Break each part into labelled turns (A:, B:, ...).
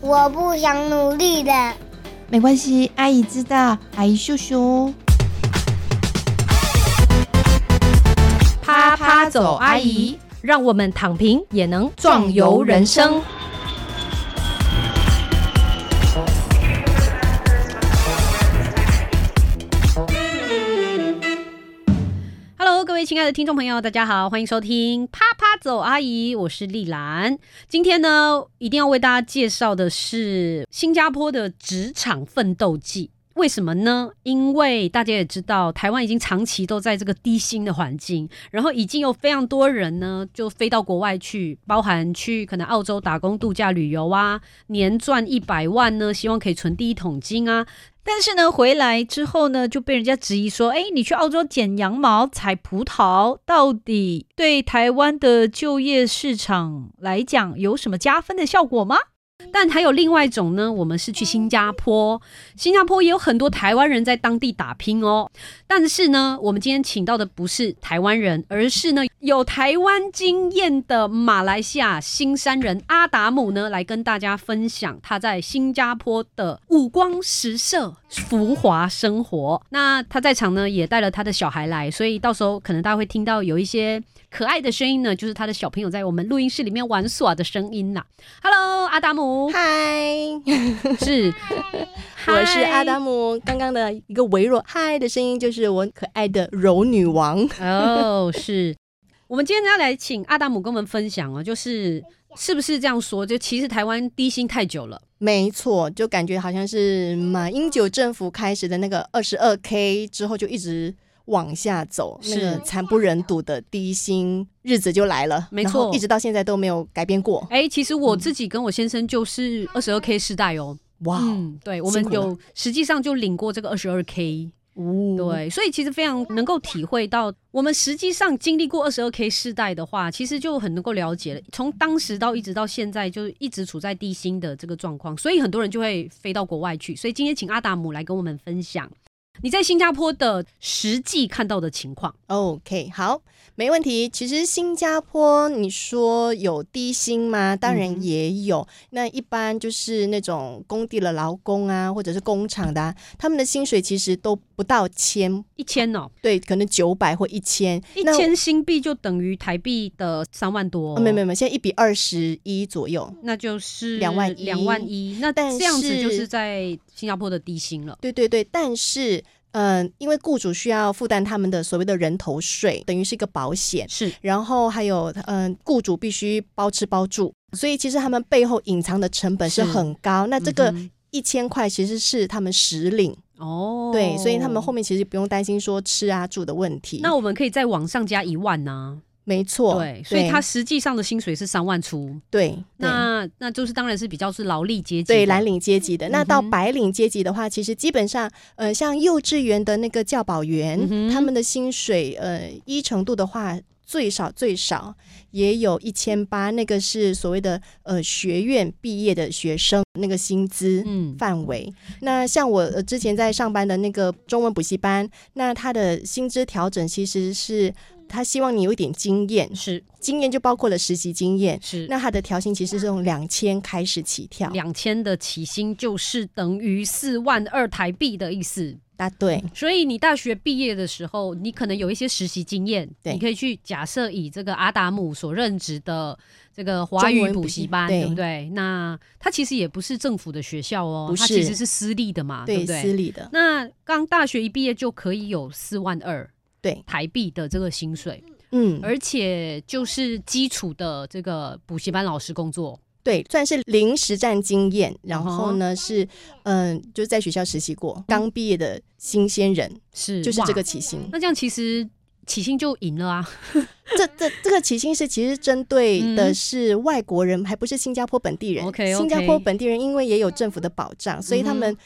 A: 我不想努力了。
B: 没关系，阿姨知道，阿姨秀哦秀。
C: 啪啪走，阿姨，
D: 让我们躺平也能
C: 壮游人生。
D: Hello，各位亲爱的听众朋友，大家好，欢迎收听《啪啪走阿姨》，我是丽兰。今天呢，一定要为大家介绍的是新加坡的职场奋斗记。为什么呢？因为大家也知道，台湾已经长期都在这个低薪的环境，然后已经有非常多人呢，就飞到国外去，包含去可能澳洲打工、度假、旅游啊，年赚一百万呢，希望可以存第一桶金啊，
C: 但是呢，回来之后呢，就被人家质疑说：“哎，你去澳洲剪羊毛、采葡萄，到底对台湾的就业市场来讲有什么加分的效果吗
D: 但还有另外一种呢，我们是去新加坡，新加坡也有很多台湾人在当地打拼哦。但是呢，我们今天请到的不是台湾人，而是呢有台湾经验的马来西亚新山人阿达姆呢，来跟大家分享他在新加坡的五光十色、浮华生活。那他在场呢也带了他的小孩来，所以到时候可能大家会听到有一些可爱的声音呢，就是他的小朋友在我们录音室里面玩耍的声音啦。Hello，阿达姆。
E: 嗨，
D: 是，
E: 我是阿达姆。刚刚的一个微弱嗨的声音，就是我可爱的柔女王。
D: 嗨。哦，是我们今天要来请阿达姆跟我们分享哦，就是是不是这样说？就其实台湾低薪太久了，
E: 没错，就感觉好像是马英九政府开始的那个二十二 K 之后，就一直往下走，
D: 是
E: 那个惨不忍睹的低薪日子就来了。
D: 没
E: 然后
D: 错
E: 一直到现在都没有改变过。
D: 哎、其实我自己跟我先生就是二十二 k 世代哦。
E: 哇、
D: 嗯，对，我们
E: 辛苦了
D: 有实际上就领过这个二十二 k。
E: 哦，
D: 对，所以其实非常能够体会到，我们实际上经历过二十二 K 世代的话，其实就很能够了解了。从当时到一直到现在，就是一直处在低薪的这个状况，所以很多人就会飞到国外去。所以今天请阿达姆来跟我们分享你在新加坡的实际看到的情况。
E: OK，好，没问题。其实新加坡，你说有低薪吗？
D: 嗯
E: 当
D: 哼
E: 然也有。那一般就是那种工地的劳工啊，或者是工厂的、啊，他们的薪水其实都不到千，
D: 一千哦，
E: 对，可能九百或一千。
D: 一
E: 那
D: 千新币就等于台币的三万多、哦
E: 啊没有没有，没有现在一比二十一左右。
D: 那就是
E: 两万一
D: 两万一。那
E: 但
D: 这样子
E: 是
D: 就是在新加坡的低薪了。
E: 对对对，但是。嗯，因为雇主需要负担他们的所谓的人头税，等于是一个保险。
D: 是
E: 然后还有，嗯、雇主必须包吃包住，所以其实他们背后隐藏的成本是
D: 是
E: 很高。那这个
D: 嗯
E: 一千块其实是他们实领，
D: 哼哦，
E: 对，所以他们后面其实不用担心说吃啊住的问题。
D: 那我们可以再往上加一万呢、
E: 没错，
D: 对，所以他实际上的薪水是三万出，
E: 对对
D: 那那就是当然是比较是劳力阶级的，
E: 对蓝领阶级的，那到
D: 嗯哼
E: 白领阶级的话，其实基本上，呃，像幼稚园的那个教保员，
D: 嗯哼
E: 他们的薪水，呃，一程度的话，最少最少也有一千八，那个是所谓的呃学院毕业的学生那个薪资。
D: 嗯，
E: 范围。那像我呃之前在上班的那个中文补习班，那他的薪资调整其实是他希望你有一点经验，
D: 是
E: 经验就包括了实习经验。
D: 是。
E: 那他的调薪其实是从两千开始起跳，
D: 两千的起薪就是等于四万二台币的意思，
E: 答对，
D: 所以你大学毕业的时候，你可能有一些实习经验，
E: 对
D: 你可以去假设以这个阿达姆所任职的这个华
E: 中
D: 语
E: 文
D: 补
E: 补
D: 习
E: 习
D: 班，
E: 对
D: 对不对？那它其实也不是政府的学校哦
E: 不，
D: 它
E: 是
D: 其实是私立的啊嘛，对不
E: 私
D: 对？
E: 立的，
D: 那刚大学一毕业就可以有四万二
E: 对，
D: 台币的这个薪水，
E: 嗯，
D: 而且就是基础的这个补习班老师工作，
E: 对，算是零实战经验，然
D: 哦
E: 后呢是，嗯、就在学校实习过，刚毕业的新鲜人，
D: 是
E: 就是这。个
D: 嗯哇
E: 起薪。
D: 那这样其实起薪就赢了啊，
E: 这这这个起薪是其实针对的
D: 嗯
E: 是外国人，还不是新加坡本地人。
D: OK，OK
E: 新加坡本地人因为也有政府的保障，所以他
D: 嗯
E: 们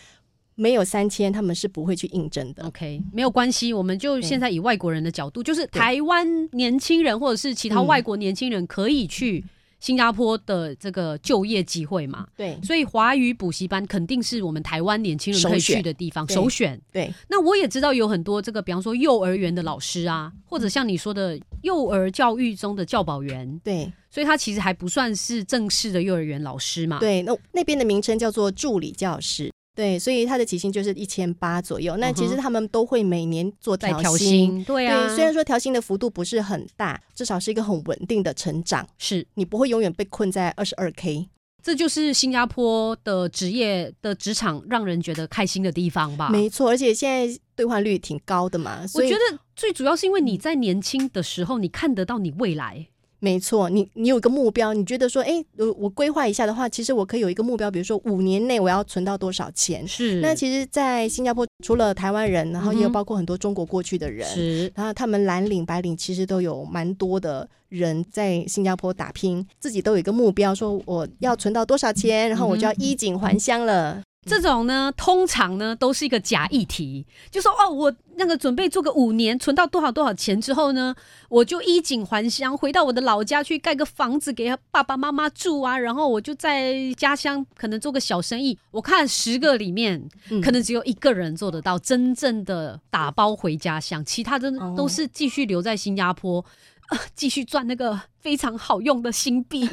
E: 没有三千，他们是不会去应征的。
D: OK，没有关系，我们就现在以外国人的角度，就是台湾年轻人或者是其他
E: 嗯
D: 外国年轻人可以去新加坡的这个就业机会嘛。
E: 对
D: 所以华语补习班肯定是我们台湾年轻人可以
E: 嗯首选
D: 去的地方，
E: 对
D: 首选。
E: 对
D: 那我也知道有很多这个，比方说幼儿园的老师啊，或者像你说的幼儿教育中的教保员，
E: 对
D: 所以他其实还不算是正式的幼儿园老师嘛。，
E: 对，那那边的名称叫做助理教师。对，所以他的起薪就是一千八左右。那其
D: 嗯
E: 实
D: 哼
E: 他们都会每年做
D: 在
E: 调
D: 调薪，对啊，
E: 对，虽然说调薪的幅度不是很大，至少是一个很稳定的成长，
D: 是，
E: 你不会永远被困在二十二 k。
D: 这就是新加坡的职业的职场让人觉得开心的地方吧。
E: 没错，而且现在兑换率挺高的嘛，
D: 啊我
E: 所以
D: 觉得最主要是因为你在年轻的时候，你看得到你未来。
E: 没错，你你有一个目标，你觉得说，哎，我我规划一下的话，其实我可以有一个目标，比如说五年内我要存到多少钱。
D: 是
E: 那其实，在新加坡除了台湾人，然后也有
D: 嗯哼
E: 包括很多中国过去的人，
D: 是
E: 然后他们蓝领、白领其实都有蛮多的人在新加坡打拼，自己都有一个目标，说我要存到多少钱，然后我就要
D: 嗯
E: 衣锦还乡了。
D: 这种呢，通常呢都是一个假议题，就说哦，我那个准备做个五年，存到多少多少钱之后呢，我就衣锦还乡，回到我的老家去盖个房子给爸爸妈妈住啊，然后我就在家乡可能做个小生意。我看十个里面，
E: 嗯
D: 可能只有一个人做得到真正的打包回家乡，其他真的
E: 哦
D: 都是继续留在新加坡，啊继续赚那个非常好用的新币。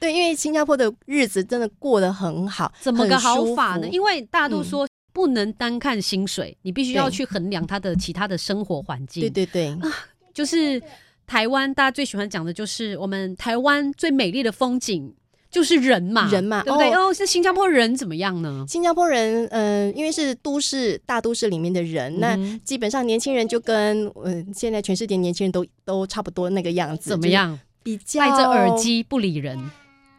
E: 对，因为新加坡的日子真的过得很好，
D: 怎么个好法
E: 很舒
D: 呢？
E: 服嗯
D: 因为大家都说不能单看薪水，你必须要
E: 对
D: 去衡量他的其他的生活环境。
E: 对，对对，
D: 啊就是台湾大家最喜欢讲的就是我们台湾最美丽的风景就是人嘛，
E: 人嘛
D: 对不对？
E: 哦
D: 哦，是新加坡人怎么样呢？
E: 新加坡人，嗯、因为是都市大都市里面的人，那
D: 嗯哼
E: 基本上年轻人就跟嗯、现在全世界年轻人都都差不多那个样子，
D: 怎么？样？
E: 比较
D: 戴着耳，机不理人，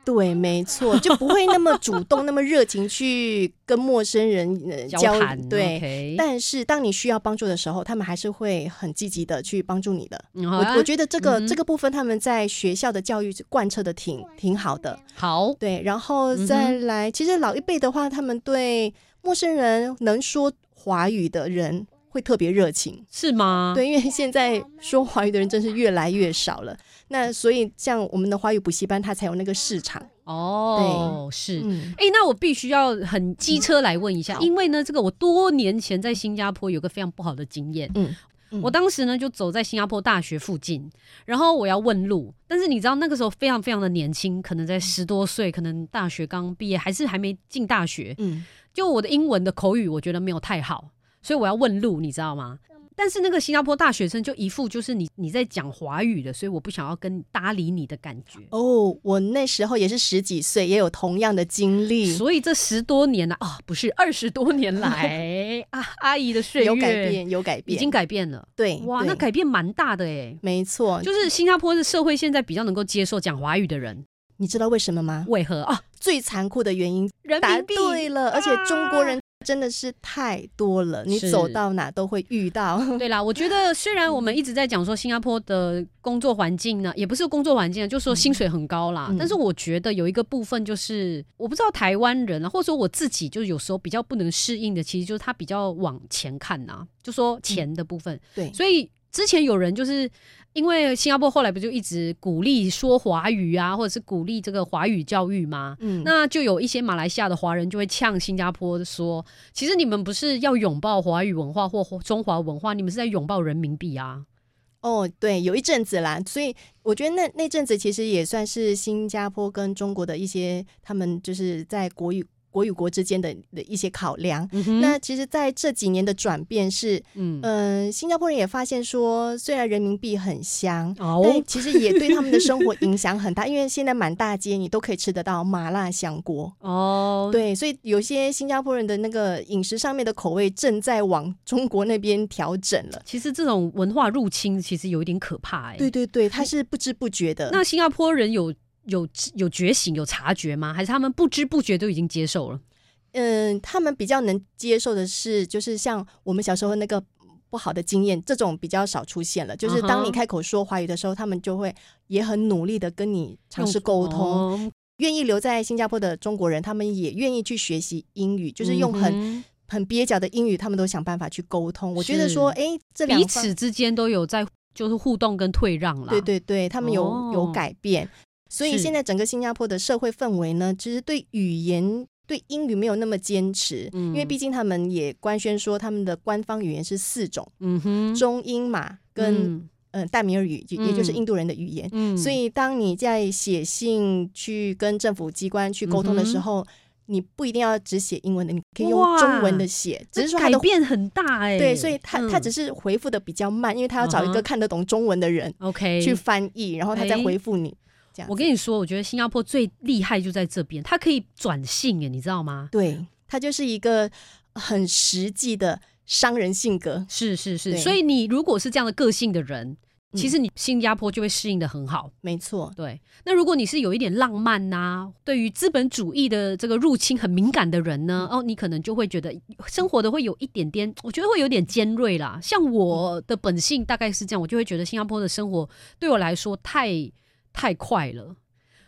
E: 对，没错，就不会那么主动、那么热情去跟陌生人、呃、
D: 交谈
E: 对。
D: OK
E: 但是当你需要帮助的时候，他们还是会很积极的去帮助你的。
D: 嗯好
E: 我
D: 啊
E: 我觉得这个、
D: 嗯哼
E: 这个部分他们在学校的教育贯彻的挺挺好的。
D: 好，
E: 对，然后
D: 嗯哼
E: 再来，其实老一辈的话，他们对陌生人能说华语的人会特别热情。
D: 是吗？，
E: 对，因为现在说华语的人真是越来越少了。那所以像我们的华语补习班，它才有那个市场。
D: 哦，是。
E: 嗯，
D: 哎、那我必须要很机车来问一下，
E: 好
D: 因为呢，这个我多年前在新加坡有个非常不好的经验。嗯
E: 嗯，嗯
D: 我当时呢就走在新加坡大学附近，然后我要问路，但是你知道那个时候非常非常的年轻，可
E: 嗯
D: 能在十多岁，可能大学刚毕业，还是还没进大学，
E: 嗯，
D: 就我的英文的口语我觉得没有太好，所以我要问路，你知道吗？
E: 嗯
D: 但是那个新加坡大学生就一副就是你你在讲华语的，所以我不想要跟搭理你的感觉。
E: 哦，我那时候也是十几岁，也有同样的经历，
D: 所以这十多年来啊，不是二十多年 来啊，阿姨的岁月
E: 有改，变，有改变，
D: 已经改变了。
E: 对，
D: 哇，
E: 对嗯
D: 那改变蛮大的哎。
E: 没错。
D: 就是新加坡的社会现在比较能够接受讲华语的人，
E: 你知道为什么吗？
D: 为何啊？
E: 最残酷的原因
D: 人
E: 答
D: 民币
E: 对了，而且中国人真的是太多了，你
D: 啊是
E: 走到哪都会遇到。
D: 对啦，我觉得虽然我们一直在讲说新加坡的工作环境呢，也不是工作环境啊，就说薪水很高啦，
E: 嗯
D: 但是我觉得有一个部分就是，我不知道台湾人啊，或者说我自己，就是有时候比较不能适应的，其实就是他比较往前看呐、就说钱的部分。
E: 嗯对
D: 所以之前有人就是因为新加坡后来不就一直鼓励说华语啊，或者是鼓励这个华语教育吗？
E: 嗯
D: 那就有一些马来西亚的华人就会呛新加坡说，其实你们不是要拥抱华语文化或或中华文化，你们是在拥抱人民币啊。
E: 哦，对，有一阵子啦，所以我觉得那那阵子其实也算是新加坡跟中国的一些他们就是在国与国与国之间的的一些考量。
D: 嗯哼
E: 那其实，在这几年的转变是，
D: 嗯，
E: 嗯、新加坡人也发现说，虽然人民币很香，
D: 哦
E: 但，其实也对他们的生活影响很大，因为现在满大街你都可以吃得到麻辣香锅。
D: 哦，
E: 对，所以有些新加坡人的那个饮食上面的口味正在往中国那边调整了。
D: 其实这种文化入侵其实有一点可怕哎、
E: 对对对，他是不知不觉的。
D: 那新加坡人有有有觉醒、有察觉吗？还是他们不知不觉都已经接受了？
E: 嗯，他们比较能接受的是，就是像我们小时候那个不好的经验，这种比较少出现了。就是
D: 嗯
E: 当
D: 哼
E: 你开口说华语的时候，他们就会也很努力的跟你尝试沟通。
D: 哦
E: 愿意留在新加坡的中国人，他们也愿意去学习英语，就是用很、
D: 嗯
E: 很蹩脚的英语，他们都想办法去沟通。我觉得
D: 是
E: 说，哎，这
D: 哼
E: 两
D: 彼
E: 方
D: 此之间都有在就是互动跟退让啦。
E: 对对对，他们有、
D: 哦
E: 有改变。所以
D: 是
E: 现在整个新加坡的社会氛围呢，其实对语言。对英语没有那么坚持，
D: 嗯
E: 因为毕竟他们也官宣说他们的官方语言是四种，
D: 嗯哼，
E: 中英马跟
D: 嗯
E: 呃大米尔语，也就是
D: 嗯
E: 印度人的语言。
D: 嗯
E: 所以，当你在写信去跟政府机关去沟通的时候，你不一定要只写英文的，你可以用
D: 嗯哇
E: 中文的写，只是说它
D: 改
E: 的
D: 变很大哎、
E: 对，所以他他只
D: 是
E: 是回复的比较慢，因为他要找一
D: 嗯
E: 个
D: 哼
E: 看得懂中文的人
D: OK
E: 去翻译，然后他再
D: 哎
E: 回复你。这样子，
D: 我跟你说，我觉得新加坡最厉害就在这边，它可以转性欸耶，你知道吗？
E: 对，他就是一个很实际的商人性格。
D: 是是是，
E: 对
D: 所以你如果是这样的个性的人，
E: 嗯
D: 其实你新加坡就会适应的很好。
E: 没错，
D: 对，那如果你是有一点浪漫呐、对于资本主义的这个入侵很敏感的人呢，
E: 嗯
D: 哦，你可能就会觉得生活的会有一点点，我觉得会有点尖锐啦。像
E: 嗯
D: 我的本性大概是这样，我就会觉得新加坡的生活对我来说太太快了。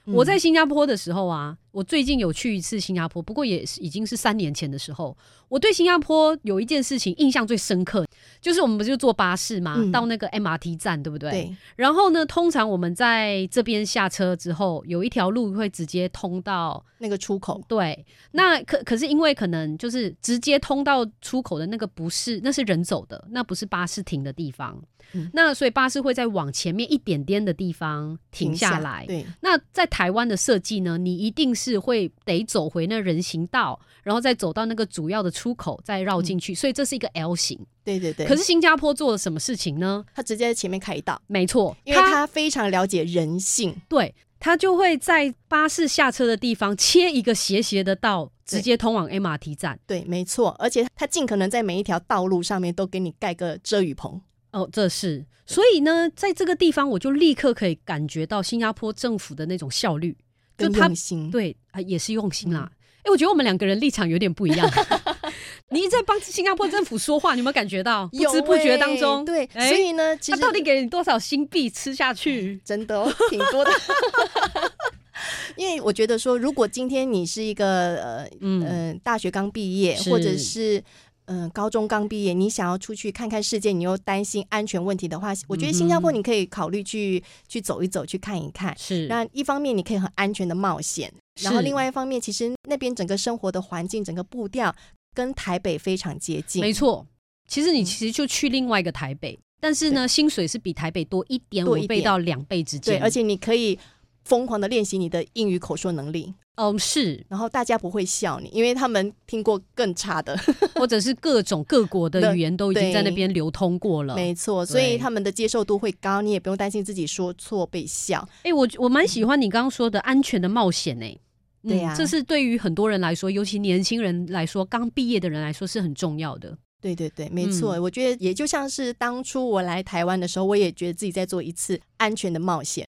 D: 我
E: 嗯
D: 在新加坡的时候啊，我最近有去一次新加坡，不过也是已经是三年前的时候。我对新加坡有一件事情印象最深刻，就是我们不是就坐巴士嘛，
E: 嗯
D: 到那个 MRT 站，对不对？
E: 对，
D: 然后呢，通常我们在这边下车之后，有一条路会直接通到
E: 那个出口，
D: 对，那可可是因为可能就是直接通到出口的那个不是，那是人走的，那不是巴士停的地方。
E: 嗯
D: 那所以巴士会在往前面一点点的地方停下来。
E: 对，
D: 那在台湾的设计呢，你一定是会得走回那人行道，然后再走到那个主要的出口，再绕进去，所以这是一个 L 型。
E: 对嗯对对。
D: 可是新加坡做了什么事情呢？
E: 他直接在前面开一道，
D: 没错，
E: 因为他非常了解人性。
D: 对，他就会在巴士下车的地方切一个斜斜的道，直接通往 MRT 站。
E: 对，没错，而且他尽可能在每一条道路上面都给你盖个遮雨棚。
D: 哦，这是。所以呢，在这个地方，我就立刻可以感觉到新加坡政府的那种效率，就
E: 跟
D: 他
E: 用心，嗯
D: 对啊、也是用心啦。哎、我觉得我们两个人立场有点不一 样。你一直在帮新加坡政府说话，你有没有感觉到？不
E: 有
D: 知不觉
E: 欸
D: 当中，
E: 对，
D: 哎
E: 所以呢，其
D: 他
E: 实
D: 到底给你多少新币吃下去？
E: 真的、哦、挺多的。 因为我觉得说，如果今天你是一个呃
D: 嗯
E: 呃大学刚毕业，
D: 是
E: 或者是嗯、呃高中刚毕业，你想要出去看看世界，你又担心安全问题的话，我觉得新加坡
D: 嗯哼
E: 你可以考虑去去走一走，去看一看。
D: 是
E: 那一方面你可以很安全的冒险，然后
D: 是
E: 另外一方面，其实那边整个生活的环境、整个步调跟台北非常接近。
D: 没错，其
E: 嗯
D: 实你其实就去另外一个台北，但是呢，薪水是比台北多一点五
E: 多一
D: 倍
E: 点
D: 到两倍之
E: 对，
D: 间。
E: 而且你可以疯狂的练习你的英语口说能力，，
D: 嗯，是
E: 然后大家不会笑你，因为他们听过更差的，
D: 或者是各种各国 的
E: 对
D: 语言都已经在那
E: 对
D: 边流通过了。
E: 没错， 所以他们的接受度会高，你也不用担心自己说错被笑。
D: 哎、我我蛮喜欢你刚刚说的安全的冒险呢、嗯
E: 对呀
D: 这是对于很多人来说，尤其年轻人来说，刚毕业的人来说是很重要的。
E: 对对对，没错，
D: 嗯
E: 我觉得也就像是当初我来台湾的时候，我也觉得自己在做一次安全的冒险。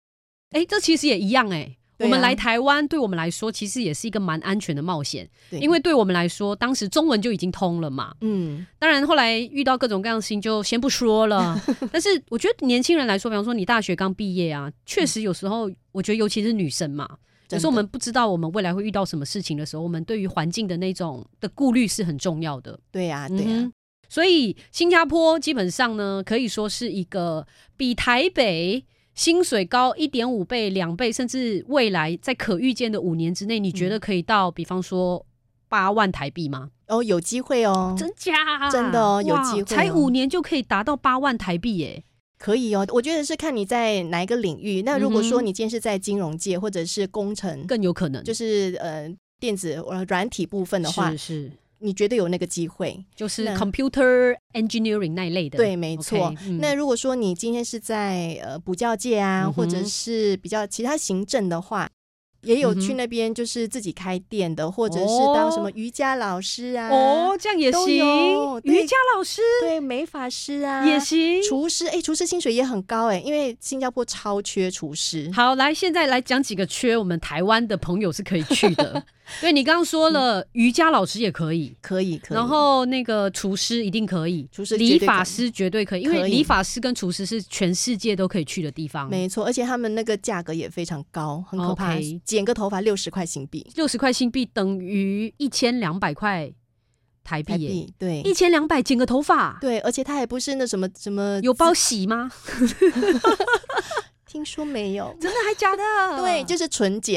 D: 哎、这其实也一样哎、
E: 对
D: 我们
E: 啊
D: 来台湾，对我们来说其实也是一个蛮安全的冒险，
E: 对，
D: 因为对我们来说，当时中文就已经通了嘛，
E: 嗯，
D: 当然，后来遇到各种各样的事情，就先不说 了。但是我觉得年轻人来说，比方说你大学刚毕业啊，确实有时候，我觉得尤其是女生嘛，有
E: 真
D: 时候我
E: 的
D: 们不知道我们未来会遇到什么事情的时候，我们对于环境的那种的顾虑是很重要的。
E: 对呀、对啊呀、
D: 嗯哼所以新加坡基本上呢，可以说是一个比台北薪水高一点五倍、两倍，甚至未来在可预见的五年之内，你
E: 嗯
D: 觉得可以到，比方说八万台币吗？
E: 哦，有机会哦，
D: 真假、啊？
E: 真的哦有
D: 哇
E: 机会哦
D: 才五年就可以达到八万台币耶！
E: 可以哦，我觉得是看你在哪一个领域。那如果
D: 嗯
E: 说
D: 哼
E: 你今天是在金融界或者是工程，
D: 更有可能
E: 就是呃电子呃软体部分的话，
D: 是是
E: 你绝对有那个机会。
D: 就是
E: 那
D: computer engineering 那一类的，
E: 对，没
D: OK，
E: 错。
D: 嗯
E: 那如果说你今天是在呃补教界啊，
D: 嗯哼
E: 或者是比较其他行政的话。也
D: 嗯
E: 有
D: 哼
E: 去那边就是自己开店的，或者是当什么瑜伽老师啊，
D: 哦，这样也
E: 都
D: 行
E: 有，对
D: 瑜伽老师
E: 对，美发师啊，
D: 也行。
E: 厨师，哎，厨师薪水也很高哎，因为新加坡超缺厨师。
D: 好，来，现在来讲几个缺我们台湾的朋友是可以去 的。对你刚刚说了，瑜伽老师也可以，
E: 可以，嗯可以。
D: 然后那个厨师一定可以，
E: 厨师
D: 理
E: 绝对
D: 发
E: 可以
D: 师绝对可以，因为
E: 可以
D: 理发师跟厨师是全世界都可以去的地方。
E: 没错，而且他们那个价格也非常高，很可
D: 哦
E: 怕
D: OK
E: 剪个头发六十块新币，
D: 六十块新币等于一千两百块台币
E: 台
D: 耶，
E: 币对
D: 一千两百剪个头发，
E: 对，而且它还不是那什么什么
D: 有包洗吗？
E: 听说没有，
D: 真的还假的？
E: 对，就是纯碱，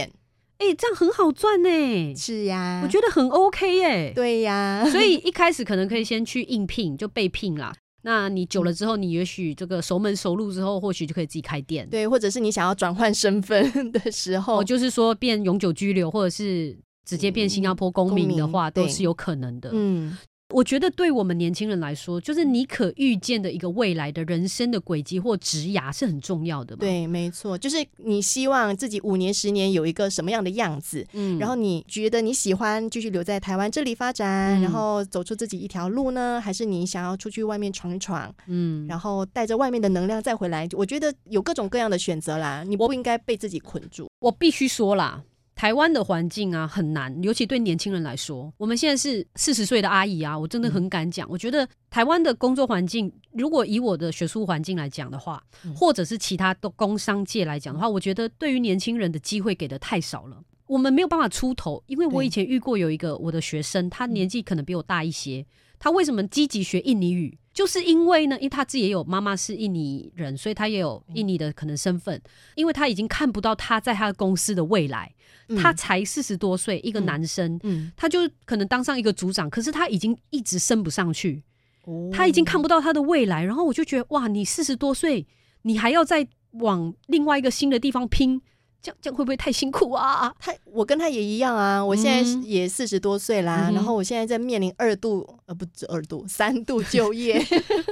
D: 哎、这样很好赚呢、
E: 是呀，
D: 我觉得很 OK 耶、
E: 对呀，
D: 所以一开始可能可以先去应聘，就被聘啦。那你久了之后，你也许这个熟门熟路之后，或许就可以自己开店。，
E: 对，或者是你想要转换身份 的时候，
D: 哦，就是说变永久居留，或者是直接变新加坡公民的话，
E: 公民对
D: 都是有可能的。
E: 嗯，
D: 我觉得对我们年轻人来说，就是你可预见的一个未来的人生的轨迹或职涯是很重要的嘛。，
E: 对，没错，就是你希望自己五年、十年有一个什么样的样子，
D: 嗯
E: 然后你觉得你喜欢继续留在台湾这里发展，
D: 嗯
E: 然后走出自己一条路呢，还是你想要出去外面闯一闯，
D: 嗯，
E: 然后带着外面的能量再回来？我觉得有各种各样的选择啦，你不应该被自己捆住。
D: 我必须说啦，台湾的环境啊很难，尤其对年轻人来说。我们现在是四十岁的阿姨啊，我
E: 嗯
D: 真的很敢讲，我觉得台湾的工作环境，如果以我的学术环境来讲的话，
E: 嗯
D: 或者是其他的工商界来讲的话，我觉得对于年轻人的机会给的太少了。我们没有办法出头，因为我
E: 对
D: 以前遇过有一个我的学生，他年纪可能比我大一
E: 嗯
D: 些，他为什么积极学印尼语？就是因为呢，因为他自己也有妈妈是印尼人，所以他也有印尼的可能身
E: 嗯
D: 份。因为他已经看不到他在他的公司的未来，他才四十多岁，一个
E: 嗯
D: 男生，
E: 嗯，
D: 他就可能当上一个组长，可是他已经一直升不上去，
E: 嗯
D: 他已经看不到他的未来。然后我就觉得，哇，你四十多岁，你还要再往另外一个新的地方拼，这样这样会不会太辛苦啊？
E: 他，我跟他也一样啊，我现在是
D: 嗯
E: 也四十多岁
D: 嗯
E: 啦，
D: 哼
E: 然后我现在在面临二度呃不止二度三 度就业，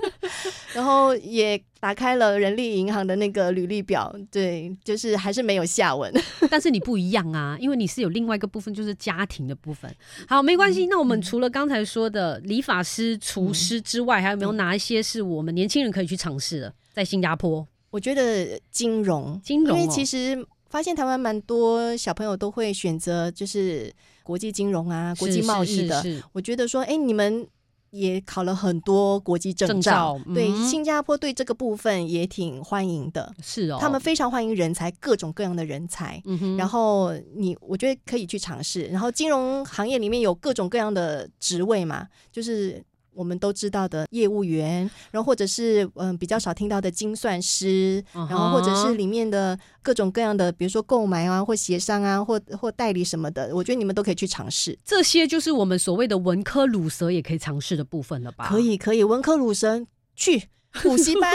E: 然后也打开了人力银行的那个履历表，对，就是还是没有下文。
D: 但是你不一样啊，因为你是有另外一个部分，就是家庭的部分。好，没关
E: 嗯
D: 系。那我们除了刚才说的理发师、厨师之外，还有没有哪一些是我们年轻人可以去尝试的？在新加坡，
E: 我觉得金融，
D: 金融
E: 因为
D: 哦
E: 其实发现台湾蛮多小朋友都会选择就是国际金融啊、国际
D: 是
E: 贸
D: 是
E: 易的，
D: 是是
E: 我觉得说，哎，你们也考了很多国际证
D: 证
E: 照，
D: 照
E: 对，
D: 嗯
E: 新加坡对这个部分也挺欢迎的，
D: 是哦，
E: 他们非常欢迎人才，各种各样的人才。
D: 嗯哼，
E: 然
D: 然后
E: 后你，我觉得可以去尝试。然后金融行业里面有各种各样的职位嘛，就是我们都知道的业务员，然后或者是嗯比较少听到的精算师，
D: 嗯哼
E: 然后或者是里面的各种各样的，比如说购买啊，或协商啊，或或代理什么的，我觉得你们都可以去尝试。
D: 这些就是我们所谓的文科乳蛇也可以尝试的部分了吧？
E: 可，以可以，文科鲁神 去补习班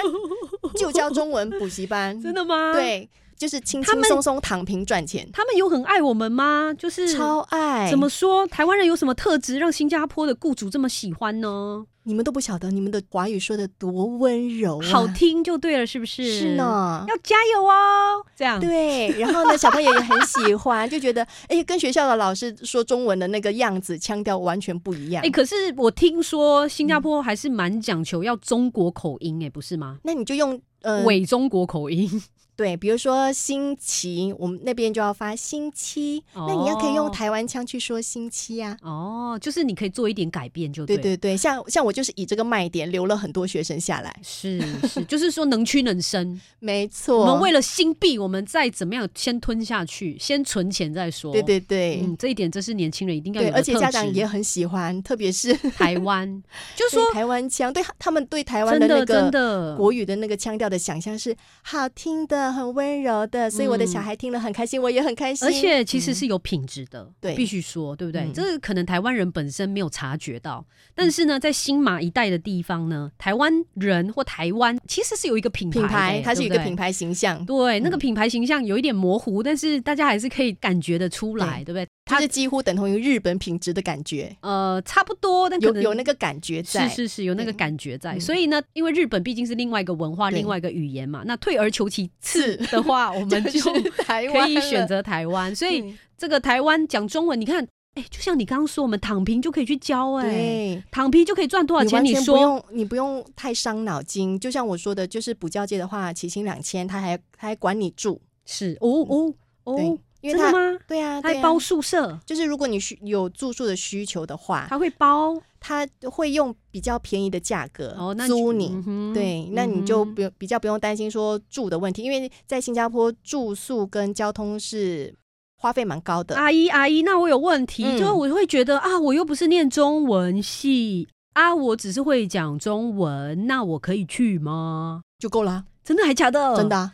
E: 就教中文补习班，
D: 真的吗？，
E: 对，就是轻
D: 他
E: 轻
D: 们
E: 松松躺平赚钱，
D: 他们有很爱我们吗？就是
E: 超爱。
D: 怎么说？台湾人有什么特质让新加坡的雇主这么喜欢呢？
E: 你们都不晓得你们的华语说的多温柔、啊，
D: 好听就对了，是不是？
E: 是，呢。
D: 要加油哦！这样，
E: 对，然后呢，小朋友也很喜欢，就觉得哎，跟学校的老师说中文的那个样子、腔调完全不一样。
D: 哎、可是我听说新加坡还是蛮讲求要中国口音、哎，不是吗？
E: 那你就用呃，
D: 伪中国口音，
E: 对，比如说星期，我们那边就要发星期，那你要可以用
D: 哦
E: 台湾腔去说星期啊呀、
D: 哦，就是你可以做一点改变就
E: 对
D: 了
E: 对对，像像我就是以这个卖点留了很多学生下来，
D: 是是， 就是说能屈能伸。
E: 没
D: 我
E: 错。
D: 们为了新币，我们再怎么样先吞下去，先存钱再说。
E: 对对对、
D: 嗯，这一点这是年轻人一定要
E: 对，
D: 有的
E: 而且
D: 特
E: 家长
D: 质
E: 也很喜欢，特别是
D: 台湾， 就说
E: 对台湾腔，对他们对台湾
D: 真
E: 那
D: 的真
E: 个
D: 的
E: 国语的那个腔调的想象是好听的、很温柔的，所以我的小
D: 嗯
E: 孩听了很开心，我也很开心。
D: 而且其实
E: 嗯
D: 是有品质的，
E: 对
D: 必须说，对不对？
E: 嗯
D: 这个可能台湾人本身没有察觉到，但是呢，在新马一带的地方呢，台湾人或台湾其实是有一个品牌
E: 品
D: 的，
E: 牌它是有一个品
D: 牌。
E: 牌形象，
D: 对，那
E: 嗯
D: 个品牌形象有一点模糊，但是大家还是可以感觉得出来，对不对？
E: 它
D: 它
E: 是几乎等同于日本品质的感觉，
D: 呃差不多，但可
E: 有
D: 能
E: 有那个感觉在。
D: 是是是有那个
E: 对
D: 感觉在，
E: 嗯
D: 所以呢，因为日本毕竟是另外一个文化、
E: 对
D: 另外一个语言嘛，那退而求其次
E: 是
D: 的话，我们
E: 就
D: 就是
E: 台湾
D: 可以选
E: 了，嗯
D: 择台湾。所以
E: 对
D: 这个台湾讲中文，你看，哎、就像你刚刚说，我们躺平就可以去教、哎，
E: 对，
D: 躺平就可以赚多少
E: 你
D: 钱？
E: 完
D: 你
E: 全不
D: 说
E: 用，你不用太伤脑筋。就像我说的，就是补教界的话，起薪两千，他还他还管你住，
D: 是哦哦
E: 嗯对
D: 哦，，
E: 因为
D: 真的
E: 他
D: 吗？
E: 对啊，
D: 他
E: 对
D: 还
E: 啊
D: 包宿舍，
E: 就是如果你需有住宿的需求的话，
D: 他会包
E: 他会用比较便宜的价格
D: 哦，那
E: 呃租
D: 就
E: 你。
D: 嗯哼
E: 对，那你就不用比较不用担心说住的问题，因为在新加坡住宿跟交通是花费蛮高的。
D: 阿姨阿姨，那我有问题，
E: 嗯
D: 就是我会觉得啊，我又不是念中文系啊，我只是会讲中文，那我可以去吗？
E: 就够了啊、
D: 真的还假的？
E: 真的、啊。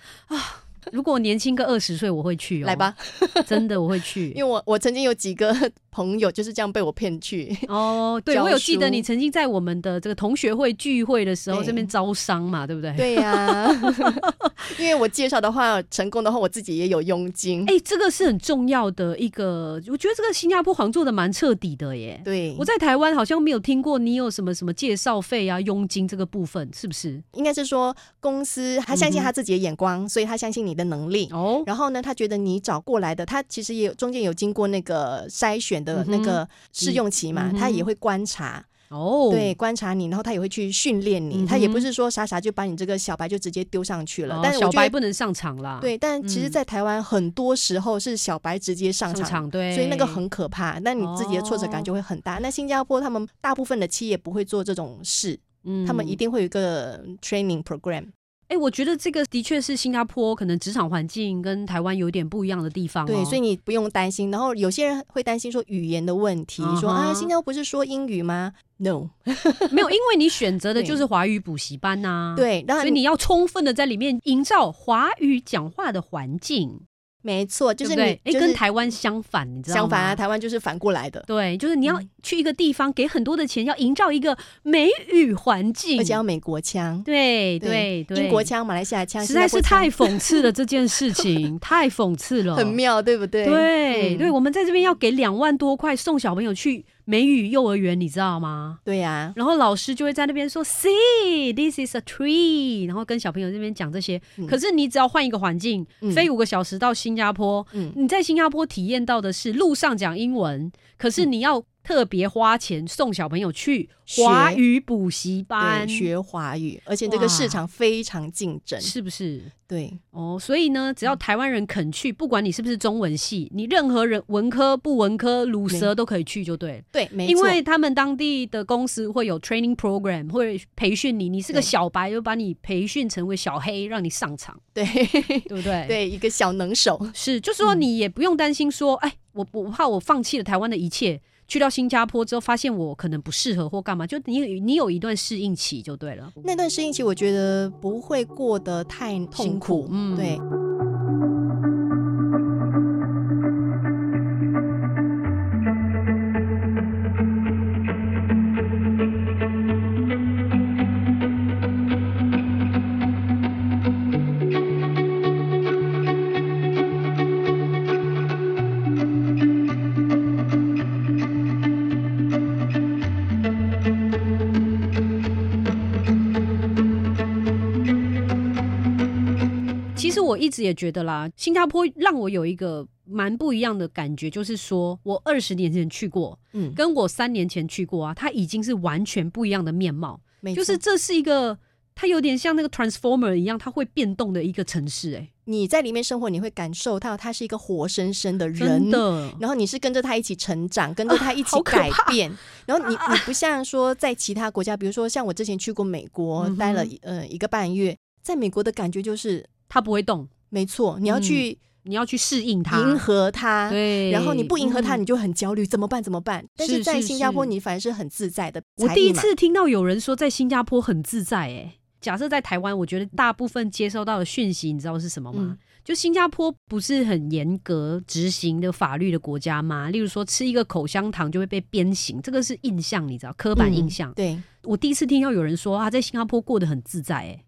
D: 如果我年轻个二十岁，我会去、哦。
E: 来，吧，
D: 真的我会去，
E: 因为我我曾经有几个朋友就是这样被我骗去，
D: 哦，对，
E: 教
D: 我有记得
E: 书
D: 你曾经在我们的这个同学会聚会的时候，
E: 对
D: 这边招商嘛，对不对？。
E: 对呀、 因为我介绍的话成功的话，我自己也有佣金。
D: 哎、这个是很重要的一个，我觉得这个新加坡好像做的蛮彻底的耶。
E: 对，
D: 我在台湾好像没有听过你有什么什么介绍费啊、佣金这个部分，是不是？
E: 应该是说公司他相信他自己的眼光，所以他相信你的能力。
D: 哦，
E: 然后呢，他觉得你找过来的，他其实也有中间有经过那个筛选的
D: 嗯哼
E: 那个试用期嘛，
D: 嗯哼
E: 他也会观察，
D: 哦，
E: 对，，观察你，然后他也会去训练你，
D: 嗯哼
E: 他也不是说傻傻就把你这个小白就直接丢上去了。
D: 哦、
E: 但是我
D: 小
E: 觉
D: 白
E: 得
D: 不能上场啦，，
E: 对，但其实，
D: 嗯
E: 在台湾很多时候是小白直接上
D: 上
E: 场。
D: 场对，哦
E: 所以那个很可怕，那你自己的挫折感就会很大。那新加坡他们大部分的企业不会做这种事，
D: 嗯
E: 他们一定会有一个 training program。
D: 哎、我觉得这个的确是新加坡可能职场环境跟台湾有点不一样的地方、哦。
E: 对，所以你不用担心。然后有些人会担心说语言的问题，说
D: 嗯
E: 啊，
D: 哼
E: 新加坡不是说英语吗？No，、
D: 没有，因为你选择的
E: 对
D: 就是华语补习班呐、。
E: 对，当
D: 嗯所
E: 然
D: 以你要充分的在里面营造华语讲话的环境，
E: 没错，就是你
D: 对不对？哎、
E: 就是
D: 跟台湾相反，你知道吗？
E: 相反啊，台嗯湾就是反过来的，
D: 对，就是你要去一个地方，给很多的钱，要营造一个美语环境，
E: 而且要美国腔、
D: 对对
E: 对
D: 对，
E: 英国腔、马来西亚腔，
D: 实在是
E: 新加坡
D: 太
E: 腔
D: 讽刺了这件事 情，太讽刺了，
E: 很妙，对不对？
D: 对、
E: 嗯
D: 对，我们在这边要给两万多块送小朋友去美语幼儿园，你知道吗？
E: 对啊呀、
D: 然后老师就会在那边说，See this is a tree，然后跟小朋友这边讲这些。
E: 嗯
D: 可是你只要换一个环境，
E: 嗯
D: 飞五个小时到新加坡，
E: 嗯，
D: 你在新加坡体验到的是路上讲英文，可是你要特别花钱送小朋友去华
E: 嗯学
D: 语补习班
E: 对，，学华语，而且这个市场非常竞争，
D: 是不是？
E: 对，
D: 哦，所以呢，
E: 嗯
D: 只要台湾人肯去，不管你是不是中文系，你任何人文科不文科、鲁蛇都可以去，就对了。
E: 对，没错，
D: 因为他们当地的公司会有 training program，会培训你，你是个
E: 对
D: 小白，就把你培训成为小黑，让你上场，
E: 对
D: 对不对？，
E: 对嗯一个小能手，
D: 是，就说你也不用担心说，哎、我我怕我放弃了台湾的一切，去到新加坡之后发现我可能不适合或干嘛，就你有你有一段适应期就对了。
E: 那段适应期，我觉得不会过得太痛
D: 辛
E: 苦
D: 苦，嗯
E: 对。
D: 其实我一直也觉得啦，新加坡让我有一个蛮不一样的感觉，就是说我二十年前去过，
E: 嗯，
D: 跟我三年前去过啊，它已经是完全不一样的面貌。
E: 没
D: 就是
E: 错
D: 这是一个，它有点像那个 transformer 一样，它会变动的一个城市、欸，
E: 你在里面生活，你会感受到他是一个活生生的人
D: 真，的，啊
E: 然后你是跟着他一起成长，跟着他一起
D: 好可
E: 改
D: 怕
E: 变。 然后你你不像说在其他国家，比如说像我之前去过美国，
D: 嗯哼
E: 待了一呃一个半月，在美国的感觉就是，
D: 它不会动，
E: 没错，你要去
D: 你要去适应它，
E: 迎合他。
D: 嗯对，
E: 然后你不迎合他，
D: 嗯
E: 你就很焦虑，怎么办？怎么办？但
D: 是
E: 是在
D: 是
E: 新加坡，
D: 是
E: 你反而是很自在的。
D: 我
E: 才
D: 第一
E: 艺嘛
D: 次听到有人说在新加坡很自在、欸，假设在台湾，我觉得大部分接收到的讯息，你知道是什么吗？
E: 嗯
D: 就新加坡不是很严格执行的法律的国家吗？例如说吃一个口香糖就会被鞭刑，这个是印象，你知道刻
E: 嗯
D: 板印象。
E: 对
D: 我第一次听到有人说啊，在新加坡过得很自在、欸，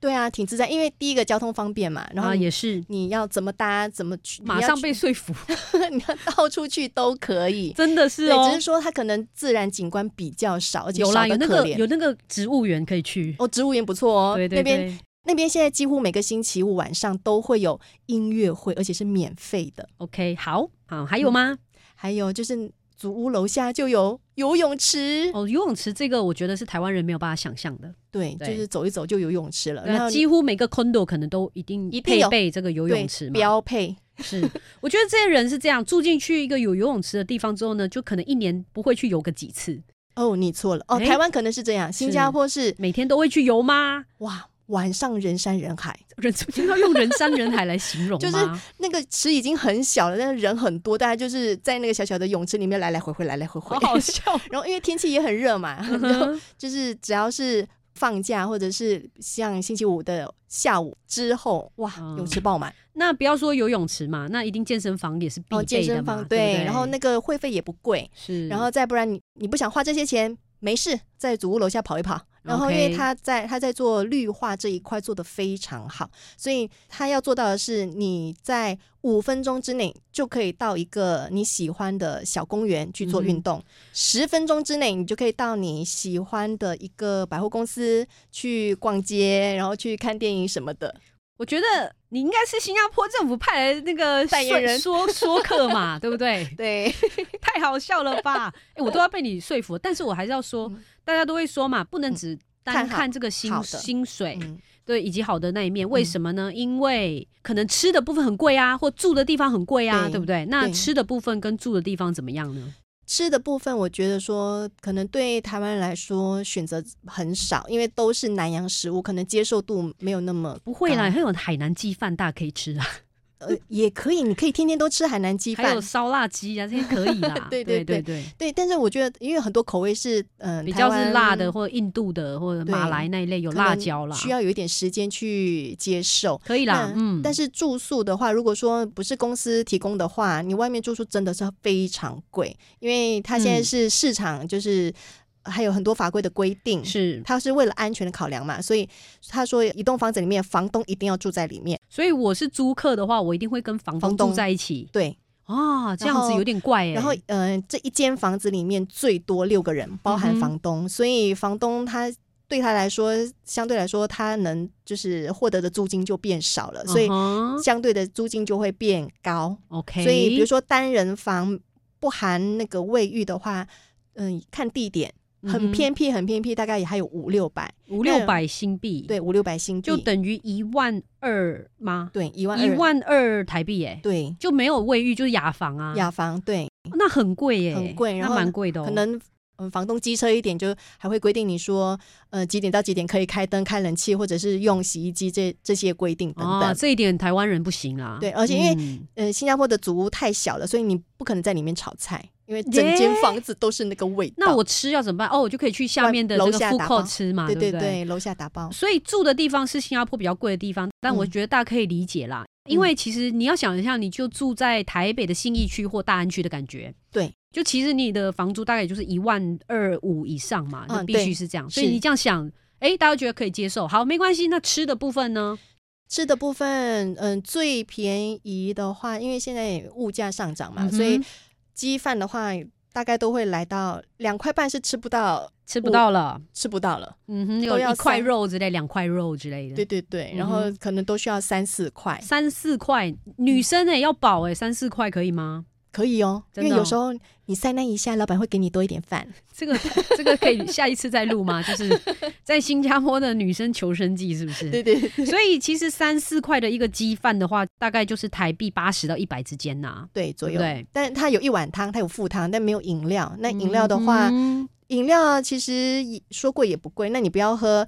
E: 对啊，挺自在，因为第一个交通方便嘛，然后
D: 啊
E: 你
D: 也是
E: 你要怎么搭怎么去，
D: 马
E: 你要
D: 上
E: 去
D: 被说服，
E: 你要到处去都可以。
D: 真的 是
E: 对，只
D: 哦
E: 是。说它可能自然景观比较少，而且
D: 有啦，
E: 少
D: 有
E: 得
D: 那
E: 可
D: 个
E: 怜
D: 有那个植物园可以去，
E: 哦，植物园不错哦。
D: 对对
E: 那边
D: 对
E: 那边现在几乎每个星期五晚上都会有音乐会，而且是免费的。
D: ，OK，好好，还有吗？
E: 还有就是祖屋楼下就有游泳池，
D: 哦，游泳池这个我觉得是台湾人没有办法想象的，
E: 对，
D: 对
E: 就是走一走就有泳池了。
D: 对
E: 呃然
D: 啊
E: 后
D: 几乎每个 condo 可能都一定
E: 一定
D: 配
E: 有
D: 备这个游
E: 对
D: 泳池嘛。
E: 标配，
D: 是，我觉得这些人是这样住进去一个有游泳池的地方之后呢，就可能一年不会去游个几次，
E: 哦，你错了哦，
D: 哎
E: 台湾可能是这样，新加坡是
D: 每天都会去游吗？
E: 哇，晚上人山人海，
D: 人 就要用人山人海来形容吗？
E: 就是那个池已经很小了，但是人很多，大家就是在那个小小的泳池里面
D: 哦
E: 来来回回，来来回回。
D: 好好笑。嗯
E: 然后因为天气也很热嘛，然后就是只要是放假，或者是像星期五的下午之后，哇，
D: 嗯
E: 泳池爆满
D: 那不要说游泳池嘛，那一定健身房也是必
E: 哦，健
D: 备的
E: 身
D: 嘛，
E: 房
D: 对不对
E: 然后那个会费也不贵，
D: 是，
E: 然后再不然你你不想花这些钱，没事，在祖屋楼下跑一跑。然后因为
D: OK
E: 他在他在做绿化这一块做得非常好，所以他要做到的是你在五分钟之内就可以到一个你喜欢的小公园去做
D: 嗯哼
E: 运动，十、分钟之内你就可以到你喜欢的一个百货公司去逛街，然后去看电影什么的。
D: 我觉得你应该是新加坡政府派来的那个
E: 代言
D: 说
E: 人
D: 说说客嘛， 对不对？
E: 对，
D: 太好笑了吧？哎、我都要被你说服，但是我还是要说，
E: 嗯
D: 大家都会说嘛，不能只单
E: 看好
D: 看这个薪
E: 嗯好的
D: 薪水，
E: 嗯
D: 对，以及好的那一面。为什么呢？因为可能吃的部分很贵啊，或住的地方很贵啊，
E: 对
D: 对不对？那
E: 对
D: 吃的部分跟住的地方怎么样呢？
E: 吃的部分，我觉得说可能对台湾人来说选择很少，因为都是南洋食物，可能接受度没有那么
D: 不会啦，
E: 高
D: 还有海南鸡饭大家可以吃啊，
E: 呃，也可以，你可以天天都吃海南鸡
D: 还有
E: 饭。
D: 烧腊鸡啊，这些可以啦
E: 。对
D: 对对
E: 对对
D: 对，
E: 对，但是我觉得，因为很多口味是，嗯、
D: 比
E: 台
D: 较
E: 湾
D: 是辣的，或者印度的，或者马
E: 对
D: 来那一类有
E: 可能
D: 辣椒啦，
E: 需要有一点时间去接受。
D: 可以啦
E: 那，
D: 嗯，
E: 但是住宿的话，如果说不是公司提供的话，你外面住宿真的是非常贵，因为它现在
D: 嗯
E: 是市场，就是还有很多法规的规定，
D: 是，
E: 他是为了安全的考量嘛，所以他说一栋房子里面房东一定要住在里面。
D: 所以我是租客的话，我一定会跟房东
E: 房东
D: 住在一起
E: 对，
D: 啊，这样子
E: 后
D: 有点怪哎、
E: 然后嗯、呃这一间房子里面最多六个人，包
D: 嗯
E: 含
D: 哼
E: 房东，所以房东他。对他来说，相对来说，他能就是获得的租金就变少了，所以
D: 嗯哼
E: 相对的租金就会变高。
D: OK，
E: 所以，比如说单人房不含那个卫浴的话，嗯、看地点，很偏僻，很偏僻，大概也还有五六百，
D: 五六百新币，
E: 对，，五六百新币，
D: 就等于一万二吗？
E: 对一万
D: 一
E: 二，
D: 万二台币哎、
E: 对
D: 就没有卫浴，就是雅房啊，
E: 雅房对。
D: 那很贵耶、
E: 很贵然
D: 那
E: 后
D: 蛮贵的哦，
E: 可能嗯，房东机车一点就还会规定你说，呃，几点到几点可以开灯、开冷气，或者是用洗衣机这这些规定等等。
D: 啊，这一点台湾人不行啦，
E: 对而且因为
D: 嗯
E: 呃，新加坡的祖屋太小了，所以你不可能在里面炒菜，因为整间
D: 耶
E: 房子都是那个味道。
D: 那我吃要怎么办？哦，我就可以去下
E: 外
D: 面的
E: 楼
D: 这个
E: 下
D: food
E: 打
D: court
E: 包
D: 吃嘛，
E: 对
D: 对不
E: 对对，楼下打包，
D: 所以住的地方是新加坡比较贵的地方，但我
E: 嗯
D: 觉得大家可以理解啦，因为其实你要想一下，你就住在台北的信义区或大安区的感觉，
E: 对，
D: 就其实你的房租大概也就是一万二五以上嘛，
E: 嗯
D: 那必须是这样，所以
E: 是
D: 你这样想。哎，大家觉得可以接受，好，没关系。那吃的部分呢？
E: 吃的部分，嗯，最便宜的话，因为现在物价上涨嘛，
D: 嗯哼
E: 所以鸡饭的话，大概都会来到两块半是吃不到，
D: 吃不到了，
E: 吃不到了。
D: 嗯哼，有
E: 都要
D: 一块
E: 三
D: 肉之类，两块肉之类的，
E: 对对对，
D: 嗯
E: 然后可能都需要三四块。
D: 三四块。女生哎、要饱哎、三四块可以吗？
E: 可以哦，
D: 真
E: 因
D: 的
E: 为
D: 哦
E: 有时候你塞那一下，老板会给你多一点饭。
D: 这个 这个可以下一次再录吗？就是在新加坡的女生求生记是不是？
E: 对对
D: 所以其实三四块的一个鸡饭的话，大概就是台币八十到一百之间呐、
E: 对，左
D: 对不
E: 右。
D: 对？
E: 但它有一碗汤，它有副汤，但没有饮料。那饮料的话，
D: 嗯
E: 饮料其实也说过也不贵，那你不要喝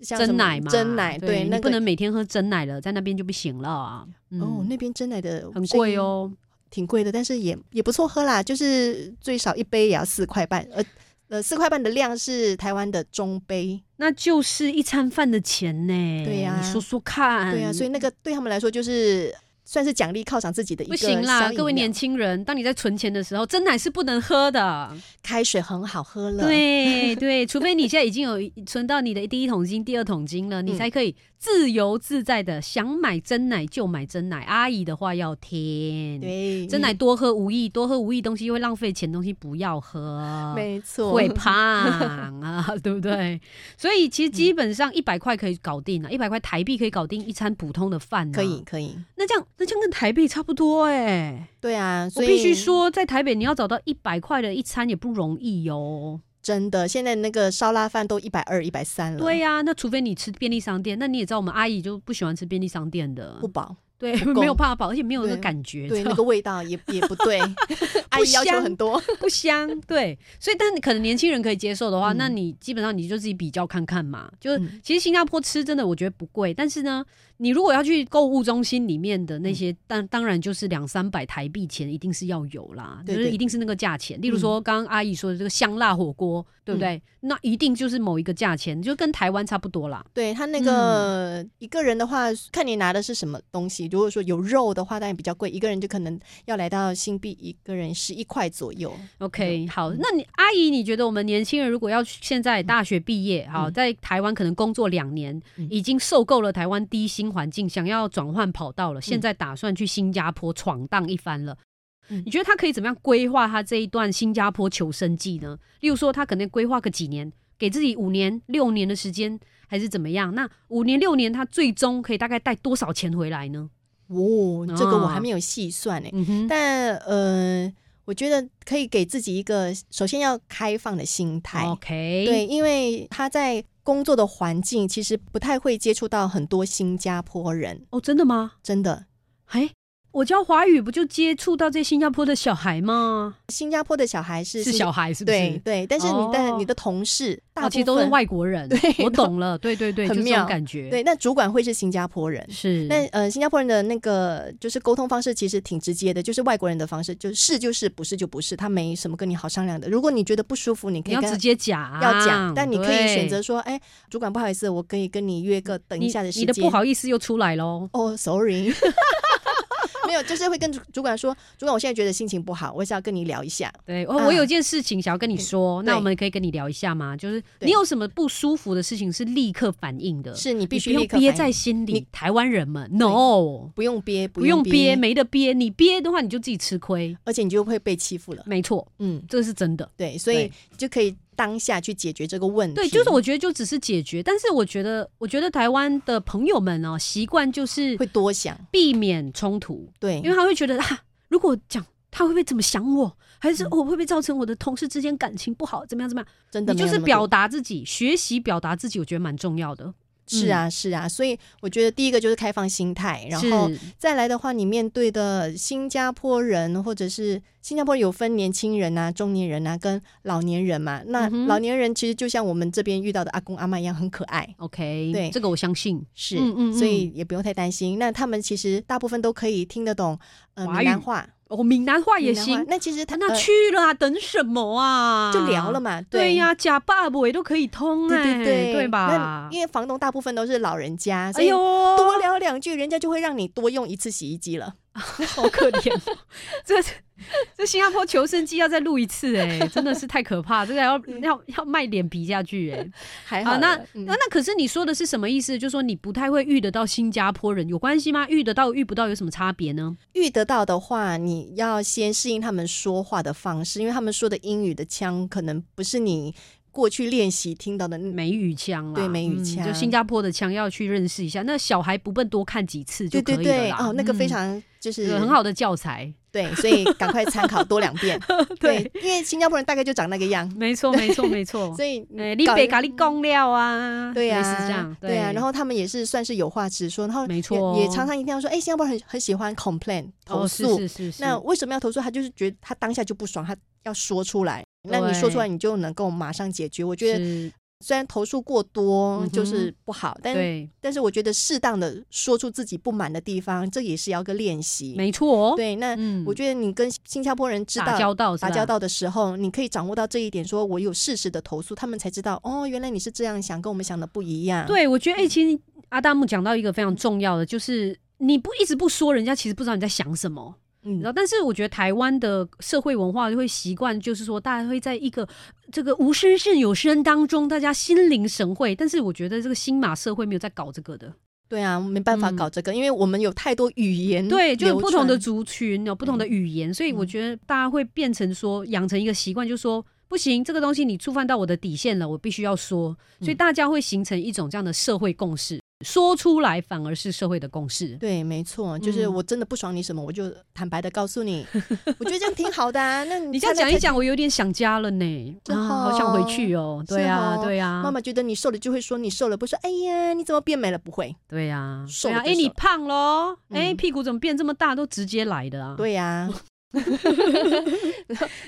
E: 像什
D: 真
E: 么
D: 奶嘛，
E: 真奶
D: 对，
E: 对，那
D: 你不
E: 个
D: 能每天喝真奶了，在那边就不行了、啊。嗯
E: 哦，那边真奶的
D: 很贵
E: 生意，
D: 哦。
E: 挺贵的，但是也也不错喝啦，就是最少一杯也要四块半，呃呃，四块半的量是台湾的中杯，
D: 那就是一餐饭的钱呢。
E: 对呀
D: 你说说看。
E: 对啊，所以那个对他们来说就是算是奖励犒赏自己的一
D: 不
E: 个
D: 行
E: 小
D: 啦，
E: 饮
D: 各位
E: 料
D: 年轻人，当你在存钱的时候，真奶是不能喝的。
E: 开水很好喝了，
D: 对对，除非你现在已经有存到你的第一桶金、第二桶金了，你
E: 嗯
D: 才可以自由自在的想买真奶就买真奶。阿姨的话要听，
E: 对，
D: 嗯真奶多喝无益，多喝无益东西会浪费钱，东西不要喝。
E: 没错，
D: 会胖 啊，对不对？所以其实基本
E: 嗯
D: 上一百块可以搞定了、啊，一百块台币可以搞定一餐普通的饭、啊。
E: 可以，，可以，
D: 那这样那这样跟台币差不多哎、
E: 对啊，
D: 我
E: 所以
D: 必须说，在台北你要找到一百块的一餐也不容易哦哟、
E: 真的，现在那个烧腊饭都一百二、一百三了，
D: 对、呀、那除非你吃便利商店，那你也知道我们阿姨就不喜欢吃便利商店的
E: 不，饱，
D: 对，
E: 不够
D: 没有办法饱，而且没有那个
E: 对
D: 感觉，
E: 对
D: 知道
E: 那个味道也也不 对， 阿姨要求
D: 香
E: 很多，
D: 不香，对，所以但可能年轻人可以接受的话，
E: 嗯
D: 那你基本上你就自己比较看看嘛。就、
E: 嗯
D: 其实新加坡吃真的我觉得不贵，但是呢，你如果要去购物中心里面的
E: 嗯
D: 那些，当、当然就是两三百台币钱一定是要有啦，
E: 对嗯
D: 就是
E: 对
D: 一定是那个价钱。例如说刚刚阿姨说的这个香辣火锅，对
E: 嗯
D: 不对？那一定就是某一个价钱，就跟台湾差不多啦。
E: 对他那个
D: 嗯
E: 一个人的话，看你拿的是什么东西。如果说有肉的话，当然比较贵，一个人就可能要来到新币一个人十一块左右。
D: OK，好，
E: 嗯
D: 那你阿姨，你觉得我们年轻人如果要去现在大学毕业，好，
E: 嗯
D: 在台湾可能工作两年，
E: 嗯
D: 已经受够了台湾低薪环境，想要转换跑道了，现在打算去新加坡闯荡一番了。
E: 嗯
D: 你觉得他可以怎么样规划他这一段新加坡求生记呢？例如说，他可能规划个几年，给自己五年、六年的时间，还是怎么样？那五年、六年，他最终可以大概带多少钱回来呢？
E: 哦，这个我
D: 啊
E: 还没有细算呢、
D: 嗯哼，
E: 但呃，我觉得可以给自己一个，首先要开放的心态。
D: 哦 OK，
E: 对，因为他在工作的环境其实不太会接触到很多新加坡人，
D: 哦，真的吗？
E: 真的。
D: 哎，我教华语不就接触到这新加坡的小孩吗？
E: 新加坡的小孩是
D: 是小孩是不是？
E: 对对，但是你的、
D: 哦
E: 你的同事大
D: 哦
E: 部
D: 其实
E: 分
D: 都是外国人，
E: 对
D: 我懂 了，对对对，
E: 很
D: 就这
E: 妙
D: 种感觉，
E: 对，那主管会是新加坡人。
D: 是，
E: 那呃，新加坡人的那个就是沟通方式其实挺直接的，就是外国人的方式，就是是就是，不是就不是，他没什么跟你好商量的。如果你觉得不舒服，你可
D: 你
E: 以
D: 要
E: 跟
D: 直接讲，
E: 要讲，但你可以
D: 对嗯
E: 选择说，哎，主管不好意思，我可以跟你约个等一
D: 你
E: 下的时
D: 你
E: 间。
D: 的不好意思又出来喽。
E: 哦、s o r r y 没有，就是会跟主主管说，主管，我现在觉得心情不好，我想要跟你聊一下。
D: 对，哦，
E: 啊
D: 我有件事情想要跟你说，那
E: 对
D: 我们可以跟你聊一下吗？就是
E: 对
D: 你有什么不舒服的事情是立刻反应的，
E: 是你
D: 嗯
E: 必
D: 你
E: 须
D: 不
E: 立
D: 用
E: 刻
D: 憋
E: 反
D: 在
E: 应
D: 心
E: 你
D: 里。台湾人们，no，
E: 不用憋，
D: 不用
E: 憋，
D: 憋，没得憋，你憋的话你就自己吃亏，
E: 而且你就会被欺负了。
D: 没错，
E: 嗯，
D: 这是真的。
E: 对，所以就可以当下去解决这个问题。
D: 对，就是我觉得就只是解决，但是我觉得，我觉得台湾的朋友们哦，习惯就是
E: 会嗯多想，
D: 避免冲突，
E: 对，
D: 因为他会觉得啊，如果讲他会不会怎么想我，还
E: 嗯
D: 是哦我会不会造成我的同事之间感情不好，怎么样怎么样？
E: 真的
D: 你
E: 没
D: 就
E: 有
D: 是
E: 那么
D: 表
E: 多
D: 达自己，学习表达自己，我觉得蛮重要的。
E: 是啊是啊，所以我觉得第一个就是开放心态，然后
D: 嗯是
E: 再来的话，你面对的新加坡人或者是新加坡有分年轻人啊、中年人啊跟老年人嘛，那
D: 嗯哼
E: 老年人其实就像我们这边遇到的阿公阿妈一样，很可爱。
D: OK，
E: 对
D: 这个我相信。
E: 是，
D: 嗯嗯嗯
E: 所以也不用太担心。那他们其实大部分都可以听得懂，呃，
D: 华
E: 闽南
D: 语
E: 话、
D: 哦，闽南话也
E: 闽南话
D: 行，
E: 那其实他
D: 那
E: 呃
D: 去了啊，等什么啊？
E: 就聊了。嘛，
D: 对呀、假爸尾都可以通
E: 对
D: 哎、
E: 对对，
D: 对吧
E: 那？因为房东大部分都是老人家，所
D: 哎
E: 以
D: 呦，
E: 多聊两句，人家就会让你多用一次洗衣机了。
D: 好可怜哦、这这新加坡求生记要再录一次哎、真的是太可怕，这个要要要卖脸皮下去哎、
E: 还
D: 好，
E: 好
D: 那
E: 了嗯
D: 那那可是你说的是什么意思？就说你不太会遇得到新加坡人，有关系吗？遇得到遇不到有什么差别呢？
E: 遇得到的话，你要先适应他们说话的方式，因为他们说的英语的腔可能不是你过去练习听到的那。
D: 美语腔啦，
E: 对美语腔
D: 就新加坡的腔要去认识一下。那小孩不笨，多看几次就
E: 对
D: 可
E: 对
D: 以了
E: 对，
D: 啦。
E: 哦，那个非
D: 嗯、
E: 常就是、
D: 有很，好的教材。
E: 对，所以赶快参考多两 遍。对，因为新加坡人大概就长那个样，
D: 没错，没错，没错
E: 所。以
D: 哎，你
E: 搞
D: 被咖喱公料啊，
E: 对呀、
D: 类似这样，
E: 对呀、然后他们也是算是有话直说，然后
D: 没
E: 也
D: 错
E: 也常常一定要说，哎、新加坡人很很喜欢 complain 投
D: 哦，
E: 诉，
D: 是是是是，
E: 那为什么要投诉？他就是觉得他当下就不爽，他要说出来。那你说出来，你就能够马上解决。我觉得
D: 是
E: 虽然投诉过
D: 嗯
E: 多
D: 哼
E: 就是不好，但
D: 对，
E: 但是我觉得适当的说出自己不满的地方，这也是要个练习。
D: 没错哦。
E: 对，那
D: 嗯
E: 我觉得你跟新加坡人知
D: 打
E: 道
D: 交道是吧，
E: 打交道的时候，你可以掌握到这一点，说我有适时的投诉，他们才知道哦，原来你是这样想，跟我们想的不一样。
D: 对，我觉得哎、
E: 嗯
D: 其实阿大姆讲到一个非常重要的，就是你不一直不说，人家其实不知道你在想什么。
E: 嗯，
D: 然后，但是我觉得台湾的社会文化就会习惯，就是说大家会在一个这个无声胜有声当中，大家心领神会。但是我觉得这个新马社会没有在搞这个的，
E: 对啊，没办法
D: 嗯
E: 搞这个，因为我们有太多语言
D: 对，就有
E: 嗯流嗯
D: 不同的
E: 传
D: 族群有不同的语言，所以我觉得大家会变成说养成一个习惯，就说。不行，这个东西你触犯到我的底线了，我必须要说，所以
E: 嗯
D: 大家会形成一种这样的社会共识，说出来反而是社会的共识。
E: 对，没错，就是
D: 嗯
E: 我真的不爽你什么，我就坦白的告诉你，我觉得这样挺好的啊。那你
D: 你这样
E: 看
D: 讲
E: 了
D: 一
E: 才
D: 讲，我有点想家了呢，
E: 是
D: 啊，好想回去哦。
E: 是
D: 对啊，
E: 哦
D: 对啊，
E: 妈妈觉得你瘦了就会说你瘦了，不是说哎呀你怎么变美了？不会，
D: 对呀、啊，
E: 瘦
D: 对啊，
E: 了
D: 哎、
E: 就
D: 你
E: 瘦
D: 胖喽，哎、
E: 嗯
D: 屁股怎么变这么大？都直接来的啊。
E: 对呀、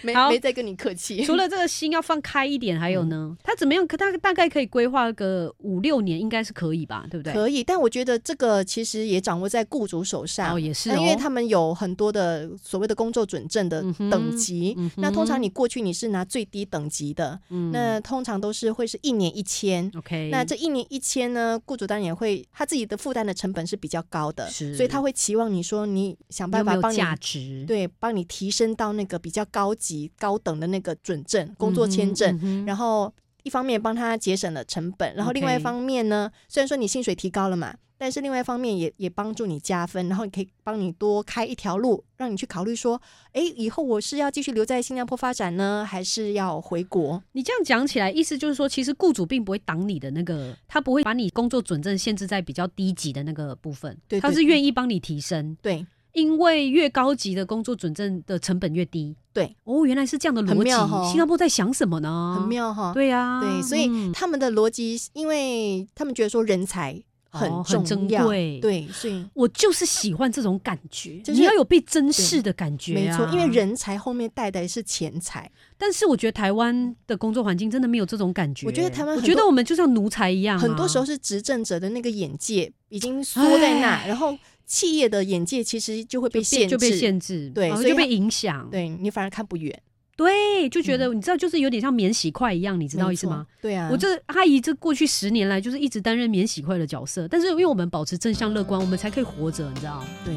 E: 没
D: 好
E: 没再跟你客气。
D: 除了这个心要放开一点，还
E: 嗯
D: 有呢，他怎么样？可他大概可以规划个五六年，应该是可以吧？对不对？
E: 可以，但我觉得这个其实也掌握在雇主手上。
D: 哦，也是
E: 那
D: 哦，
E: 因为他们有很多的所谓的工作准证的
D: 嗯哼
E: 等级，
D: 嗯哼
E: 那通常你过去你是拿最低等级的，
D: 嗯
E: 那通常都是会是一年一千。
D: OK，
E: 那这一年一千呢，雇主当然也会他自己的负担的成本是比较高的，
D: 是
E: 所以他会期望你说你想
D: 有
E: 办
D: 没
E: 法
D: 有
E: 帮你
D: 价值？
E: 对帮你提升到那个比较高级高等的那个准证工作签证，
D: 嗯哼，
E: 然后一方面帮他节省了成本，然后
D: OK
E: 另外一方面呢虽然说你薪水提高了嘛，但是另外一方面也也帮助你加分，然后你可以帮你多开一条路，让你去考虑说，哎，以后我是要继续留在新加坡发展呢，还是要回国？
D: 你这样讲起来，意思就是说，其实雇主并不会挡你的那个，他不会把你工作准证限制在比较低级的那个部分，
E: 对对
D: 他是愿意帮你提升，
E: 对，
D: 因为越高级的工作准证的成本越低。
E: 对，
D: 哦，原来是这样的逻
E: 很
D: 辑。
E: 妙哦
D: 新加坡在想什么呢？
E: 很。妙哈。
D: 哦对啊，
E: 对，所以
D: 嗯
E: 他们的逻辑，因为他们觉得说人才很
D: 哦很
E: 重
D: 珍
E: 要，
D: 贵
E: 对，所以
D: 我就是喜欢这种感觉，
E: 就是
D: 你要有被珍视的感觉、啊。
E: 没错，因为，人才后面带的是钱财，
D: 但是我觉得台湾的工作环境真的没有这种感觉。
E: 我觉得台湾
D: 我
E: 很
D: 觉得
E: 多
D: 我们就像奴才一样、啊
E: 很多时候。是执政者的那个眼界已经缩在那，然后企业的眼界其实就会被限制，
D: 就被限制，
E: 对
D: 然后
E: 所以
D: 就被
E: 他嗯
D: 影响，
E: 对你反而看不远，
D: 对，就觉得、你知道，就是有点像免洗筷一样，你知道
E: 没
D: 意思
E: 错
D: 吗？？
E: 对啊，
D: 我这阿姨这过去十年来就是一直担任免洗筷的角色，但是因为我们保持正向乐观，我们才可以活着，你知 道？
E: 对。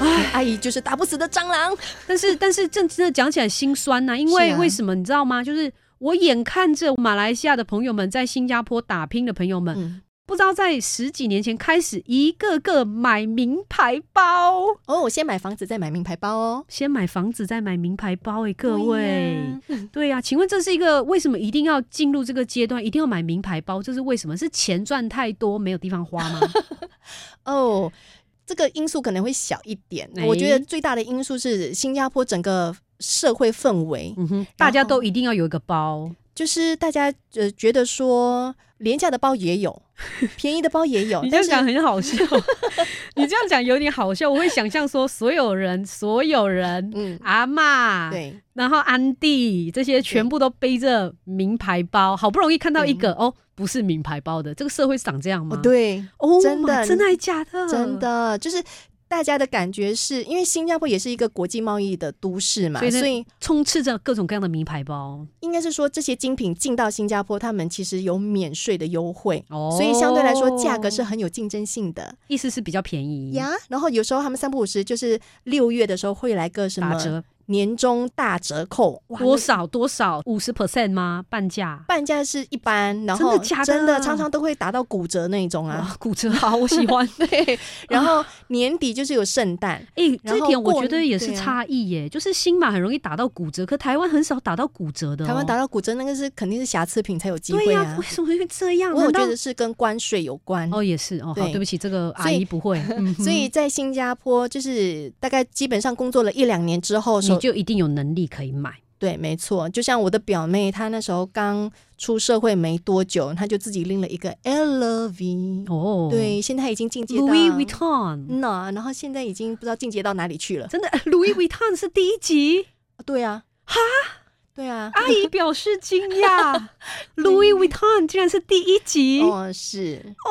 E: 哎阿姨就是打不死的蟑螂，
D: 但是但是真真的讲起来心酸呐、因
E: 是
D: 为
E: 啊
D: 为什么你知道吗？就是我眼看着马来西亚的朋友们在新加坡打拼的朋友们，
E: 嗯，
D: 不知道在十几年前开始一个个买名牌包，
E: 哦，我先买房子再买名牌包哦。
D: 先买房子再买名牌包、欸，各
E: 对
D: 位。
E: 呀
D: 对呀、请问这是一个为什么一定要进入这个阶段，一定要买名牌包？这是为什么？是钱赚太多没有地方 花吗？
E: 哦，这个因素可能会小一点。
D: 哎
E: 我觉得最大的因素是新加坡整个社会氛围，
D: 嗯哼，大家都一定要有一个包，
E: 就是大家呃觉得说廉价的包 也有，便宜的包也有，
D: 你这
E: 但
D: 样
E: 是
D: 讲很好 笑，你这样讲有点好笑，我会想象说所有人，所有人。
E: 嗯，
D: 阿嬷，
E: 对，
D: 然后安迪这些全部都背着名牌包，好不容易看到一个哦，不是名牌包的，这个社会是长这样吗
E: 哦？，对，
D: 哦，
E: 真的
D: 真的还假的？
E: 真，的就是。大家的感觉是因为新加坡也是一个国际贸易的都市嘛，
D: 所以那
E: 所以
D: 充斥着各种各样的名牌包。
E: 应该是说这些精品进到新加坡，他们其实有免税的优惠，
D: 哦
E: 所以相对来说价格是很有竞争性的
D: 意思是比较便宜，
E: 呀。然后有时候他们三不五时就是六月的时候会来个什
D: 打
E: 么
D: 折
E: 年终大折扣，哇
D: 多少多少五十 percent 吗？半价。
E: 半价是一般，然后
D: 真的假的
E: 常常都会打到骨折那种啊。
D: 啊，骨折好，我喜 欢。
E: 对， 然后年底就是有圣诞，
D: 哎、
E: 然后
D: 这点我
E: 过
D: 觉得也是
E: 对啊
D: 差异耶、就是新马很容易打到骨折，可台湾很少打到骨折的哦、
E: 台湾打到骨折那个是肯定是瑕疵品才有机
D: 对
E: 会
D: 呀、
E: 啊
D: 为。什么会这样？
E: 我有
D: 难道
E: 觉得是跟关税有关。
D: 哦，也是哦，好，
E: 嗯对
D: 对不起，这个阿
E: 所以
D: 姨不 会，嗯哼
E: 所以在新加坡，就是大概基本上工作了一两年之后，
D: 你
E: 手
D: 就一定有能力可以买。
E: 对，没错，就像我的表妹，她那时候刚出社会没多久，她就自己拎了一个 LV，、
D: 哦，
E: 对，现在已经进阶到
D: ，Louis Vuitton，
E: 那、然后现在已经不知道进阶到哪里去了。
D: 真的 Louis Vuitton 是第一 集，
E: 对啊，哈，对啊，
D: 阿姨表示惊 讶
E: 嗯
D: ，Louis Vuitton 竟然是第一集。
E: 哦，是哦，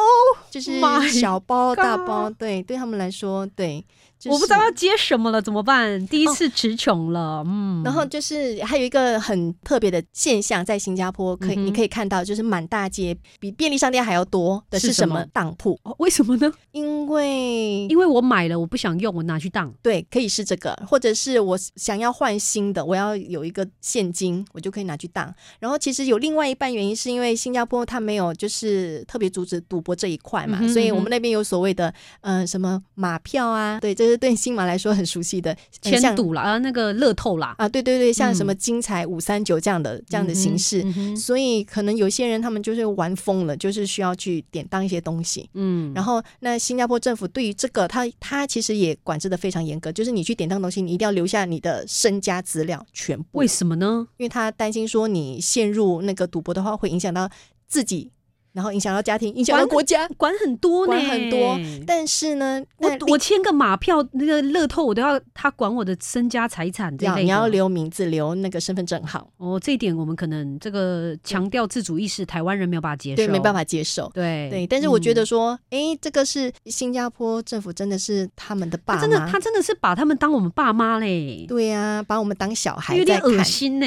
E: 就是
D: Oh my
E: 小包、大
D: God
E: 包，对，对他们来说，对，就是哦
D: 我不知道要接什么了，怎么办？第一次词穷了，嗯，
E: 然后就是还有一个很特别的现象，在新加坡可以、
D: 嗯哼
E: 你可以看到，就是满大街比便利商店还要多的
D: 是
E: 是
D: 什
E: 什
D: 么
E: 么当铺？
D: 哦为什么
E: 嗯
D: 呢？
E: 因为
D: 因为我买了，我不想用，我拿去当。
E: 对，可以是这个，或者是我想要换新的，我要有一个现金，我就可以拿去当。然后其实有另外一半原因，是因为新加坡它没有就是特别阻止赌博这一块嘛，
D: 嗯哼
E: 所以
D: 嗯哼
E: 我们那边有所谓的嗯、呃什么马票啊，对，这是对新马来说很熟悉的很
D: 千
E: 像
D: 赌啦，啊，那个乐透啦，
E: 啊，对对对，像
D: 嗯
E: 什么金彩五三九这样的这样的形式。
D: 嗯哼
E: 所以可能有一些人他们就是玩疯了，就是需要去典当一些东西。
D: 嗯，
E: 然后，那新加坡政府对于这个，他他其实也管制的非常严格，就是你去典当东西，你一定要留下你的身家资料全部，
D: 为什么呢？
E: 因为他担心说你陷入那个赌博的话，会影响到自己，然后影响到家庭，影响到
D: 管
E: 国家。
D: 管很多呢，
E: 管很多但是呢，那
D: 我我签个马票，那个乐透我都要他管我的身家财产这
E: 要
D: 类的。
E: 你要留名字，留那个身份证号，
D: 哦，这一点我们可能这个强调自主意识，台湾人没有办法接受，
E: 对，没办
D: 法，
E: 法接受。
D: 对
E: 对，但是我觉得
D: 嗯
E: 说，诶，这个是新加坡政府真的是他们的爸
D: 他
E: 妈，
D: 真的他真的是把他们当我们爸妈嘞，
E: 对呀、把我们当小孩
D: 有
E: 在
D: 点
E: 看
D: 恶。心 呢，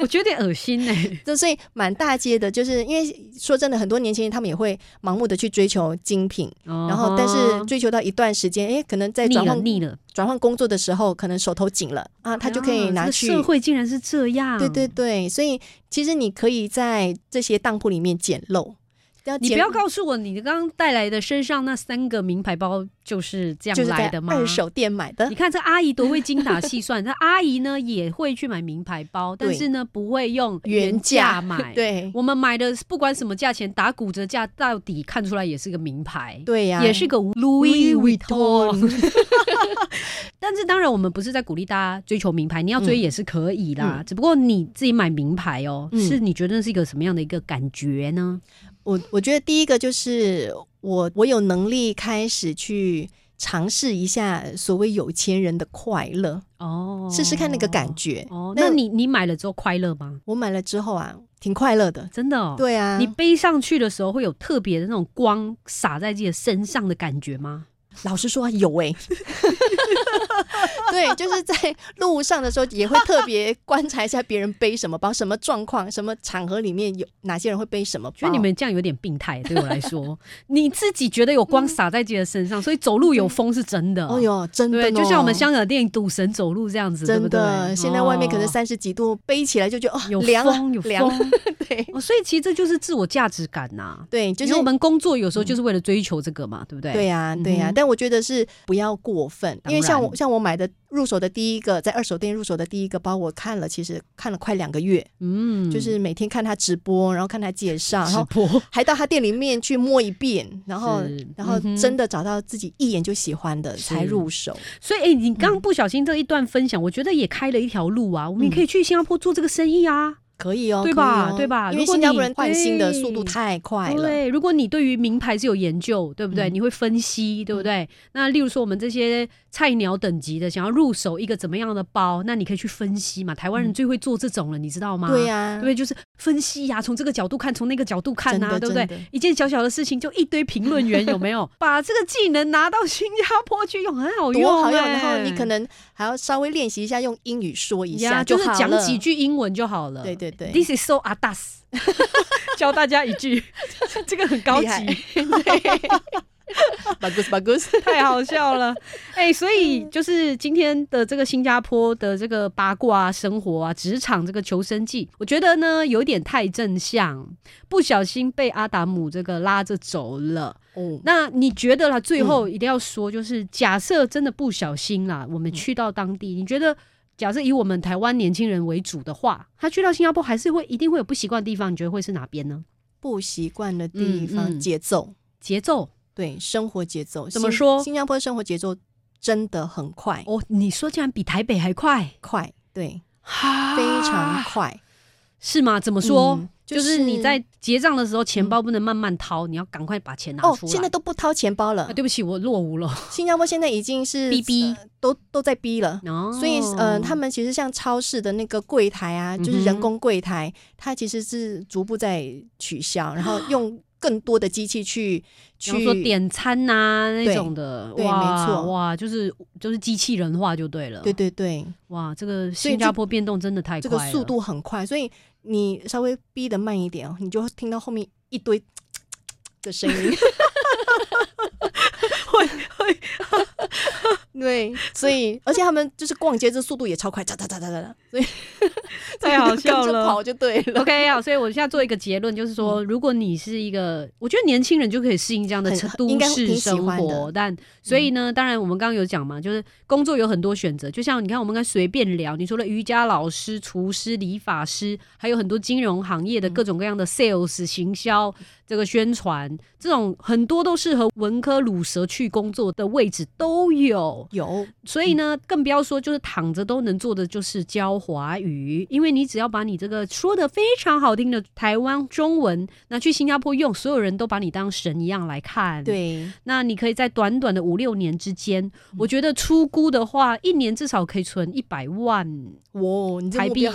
D: 我觉得有点恶心呢。
E: 就所以满大街的，就是因为说真的，很多年轻人他们也会盲目的去追求精品，然
D: 然
E: 后但是追求到一段时间，哎，可能在
D: 哦腻
E: 转
D: 了
E: 换
D: 嗯腻了，
E: 转换工作的时候，可能手头紧了啊，他就可以
D: 啊这
E: 拿
D: 个
E: 去。
D: 社会竟然是这样，
E: 对对对，所以其实你可以在这些当铺里面捡漏，要
D: 你
E: 捡
D: 不要告诉我，你刚刚带来的身上那三个名牌包就是这
E: 就
D: 样
E: 是在
D: 来的吗？
E: 二手店买的
D: 你，看这阿姨多会精打细算，这阿姨呢也会去买名牌包，但
E: 对
D: 是呢不会用
E: 原
D: 价
E: 价
D: 买。，
E: 对
D: 我们买的不管什么价钱，打骨折价到底看出来也是个名牌。
E: 对啊呀、
D: 也是个 Louis Vuitton，但是当然我们不是在鼓励大家追求名牌，你要追
E: 嗯
D: 也是可以啦。
E: 嗯
D: 只不过你自己买名牌哦，
E: 嗯
D: 是你觉得是一个什么样的一个感觉呢？
E: 我我觉得第一个就是我我有能力开始去尝试一下所谓有钱人的快乐，
D: 哦，
E: 试试看那个感。觉。
D: 哦，那
E: 那
D: 你你买了之后快乐吗？
E: 我买了之后啊，挺快乐的。
D: 真的哦，
E: 对啊，
D: 你背上去的时候会有特别的那种光洒在自己的身上的感觉吗？
E: 老实
D: 啊
E: 说有哎、
D: 欸
E: 对，就是在路上的时候也会特别观察一下别人背什么包，什么状况，什么场合里面有哪些人会背什么包。
D: 觉得你们这样有点病态，对我来
E: 哦
D: 说， 你自己觉得有光洒在自己的身上，所以走路有风是真的。
E: 哦哟，真的、哦，
D: 对，就像我们香港电影《赌神走路》这样子，对
E: 真
D: 不
E: 的，
D: 对
E: 现在外面可能、
D: 哦
E: 三十几度，背起来就觉得哦，
D: 有
E: 凉啊
D: 风，有
E: 凉啊，
D: 风，
E: 对
D: 哦，所以其实这就是自我价值感呐、
E: 对，
D: 就
E: 就是是
D: 我们工作有时候就是为了追求这个嘛，对不对？
E: 对呀、对呀、
D: 嗯哼
E: 但我觉得是不要过分，因为像
D: 当
E: 我
D: 然
E: 像我买的入手的第一个，在二手店入手的第一个包，我看了，其实看了快两个月，
D: 嗯，
E: 就是每天看他直播，然后看他介绍，然
D: 直
E: 后
D: 播，
E: 还到他店里面去摸一遍，然后
D: 是
E: 然后
D: 嗯哼
E: 真的找到自己一眼就喜欢的
D: 是
E: 才入手。
D: 所以，哎、你刚刚不小心这一段分享，我觉得也开了一条路啊。
E: 嗯
D: 我们也可以去新加坡做这个生意啊。
E: 可以哦，
D: 对吧
E: 可以哦
D: 对吧
E: 因
D: 如
E: 为
D: 果
E: 新加
D: 你
E: 坡人换新的
D: 对
E: 速度太快了，
D: 对，如果你对于名牌是有研究，对不对？
E: 嗯
D: 你会分析，对不对？那例如说我们这些菜鸟等级的，想要入手一个怎么样的包，那你可以去分析嘛。台湾人
E: 嗯
D: 最会做这种了，你知道吗？
E: 对呀、
D: 对，就是分析呀、从这个角度看，从那个角度看
E: 真
D: 啊，
E: 的
D: 对不对
E: 真的？
D: 一件小小的事情就一堆评论 员，有没有？把这个技能拿到新加坡去用，很好用、欸，
E: 多好用！然后你可能还要稍微练习一下，用英语说一
D: 呀
E: 下
D: 就是
E: 好
D: 讲
E: 了
D: 几。句英文就好了。
E: 对对对，
D: This is so adas，教大家一句，这个很高级
E: 厉，害 bagus bagus，
D: 太好笑了。哎、所以就是今天的这个新加坡的这个八卦啊、生活啊、职场这个求生记，我觉得呢有点太正向，不小心被阿达姆这个拉着走了。
E: 哦，
D: 那你觉得啦？最后一定要说，就是假设真的不小心啦，我们去到当地，你觉得？假设以我们台湾年轻人为主的话，他去到新加坡还是会一定会有不习惯的地方，你觉得会是哪边呢？
E: 不习惯的地方、
D: 嗯嗯
E: 节奏，
D: 节奏
E: 对生活节奏
D: 怎么
E: 新
D: 说
E: 新加坡生活节奏真的很快，
D: 哦，你说竟然比台北还快，
E: 快，对，
D: 哈
E: 非常快。
D: 是吗？怎么说？
E: 嗯
D: 就
E: 就是是嗯
D: 你在结账的时候，钱包不能慢慢掏，你要赶快把钱拿出来。
E: 哦，现在都不掏钱包了
D: 啊，，对不起，我落 伍了。
E: 新加坡现在已经是
D: 逼逼
E: 呃都都在逼了。
D: 哦，
E: 所以，呃，他们其实像超市的那个柜台啊，就是
D: 嗯哼
E: 人工柜台，它其实是逐步在取消，然后用更多的机器去
D: 比方说
E: 去
D: 点餐呐、那
E: 对
D: 种的，
E: 对
D: 哇
E: 没错
D: 哇，就是就是机器人化就对了，
E: 对对对，
D: 哇，这个
E: 所以
D: 新加
E: 这
D: 坡变动真的太
E: 这
D: 快
E: 个
D: 了，
E: 速度很快，所以你稍微逼得慢一点，哦，你就会听到后面一堆的声音。
C: 会会，
E: 对，所以而且他们就是逛街，这速度也超快，哒哒哒哒哒哒，所以
C: 太好笑
E: 跟着
C: 了
E: 跑 就对了。嗯
D: OK 好，所以我现在做一个结论，就是说，如果你是一个，我觉得年轻人就可以适应这样的
E: 很
D: 城
E: 很
D: 都
E: 应该挺
D: 市
E: 喜
D: 生
E: 欢的嗯
D: 活，但所以呢，当然我们刚刚有讲嘛，就是工作有很多选择，就像你看，我们刚才随便聊，你除了瑜伽老师、厨师、理发师，还有很多金融行业的
E: 嗯
D: 各种各样的 sales 行销，这个宣传，这种很多都适合文科鲁蛇去工作的位置都有。
E: 有
D: 所以呢，更不要说就是躺着都能做的就是教华语，因为你只要把你这个说的非常好听的台湾中文拿去新加坡用，所有人都把你当神一样来看。，
E: 对，嗯
D: 那你可以在短短的五六年之间，我觉得出估的话，一年至少可以存一百万
E: 哇，你这个
D: 台
E: 目
D: 币
E: 标，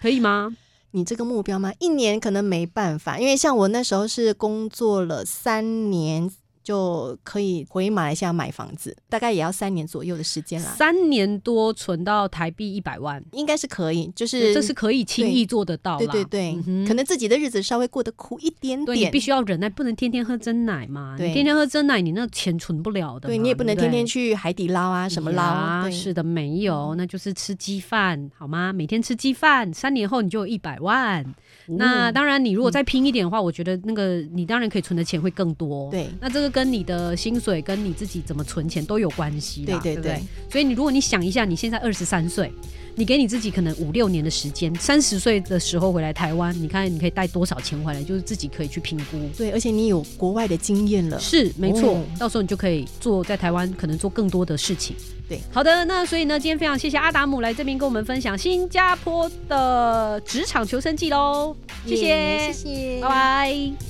D: 可以吗？
E: 你这个目标吗？一年可能没办法，因为像我那时候是工作了三年。就可以回马来西亚买房子，大概也要三年左右的时间啦，
D: 三年多存到台币一百万，
E: 应该是可以，就是
D: 这是可以轻易做得到
E: 对
D: 啦。
E: 对对，
D: 嗯哼
E: 可能自己的日子稍微过得苦一点
D: 对你
E: 点
D: 必，须要忍耐，不能天天喝真奶嘛。你
E: 对
D: 天天喝真奶，你那钱存不了的嘛。
E: 对你也不能
D: 对
E: 天天去海底捞啊什么捞
D: 呀
E: 对嗯
D: 是的，没有，那就是吃鸡饭，好吗？每天吃鸡饭，三年后你就有一百万。
E: 哦
D: 那
E: 嗯
D: 当然，你如果再拼一点的话，我觉得那个你当然可以存的钱会更多。。
E: 对
D: 那这个跟你的薪水、跟你自己怎么存钱都有关系啦，
E: 对
D: 对不
E: 对对，
D: 所以你如果你想一下，你现在二十三岁，你给你自己可能五六年的时间，三十岁的时候回来台湾，你看你可以带多少钱回来，就是自己可以去评估。
E: 对，而且你有国外的经验了，
D: 是，没错，
E: 哦
D: 到时候你就可以做在台湾可能做更多的事情。
E: 对，
D: 好的，那所以呢，今天非常谢谢阿达姆来这边跟我们分享新加坡的职场求生记喽，谢谢，
E: 谢谢，
D: 哦拜拜。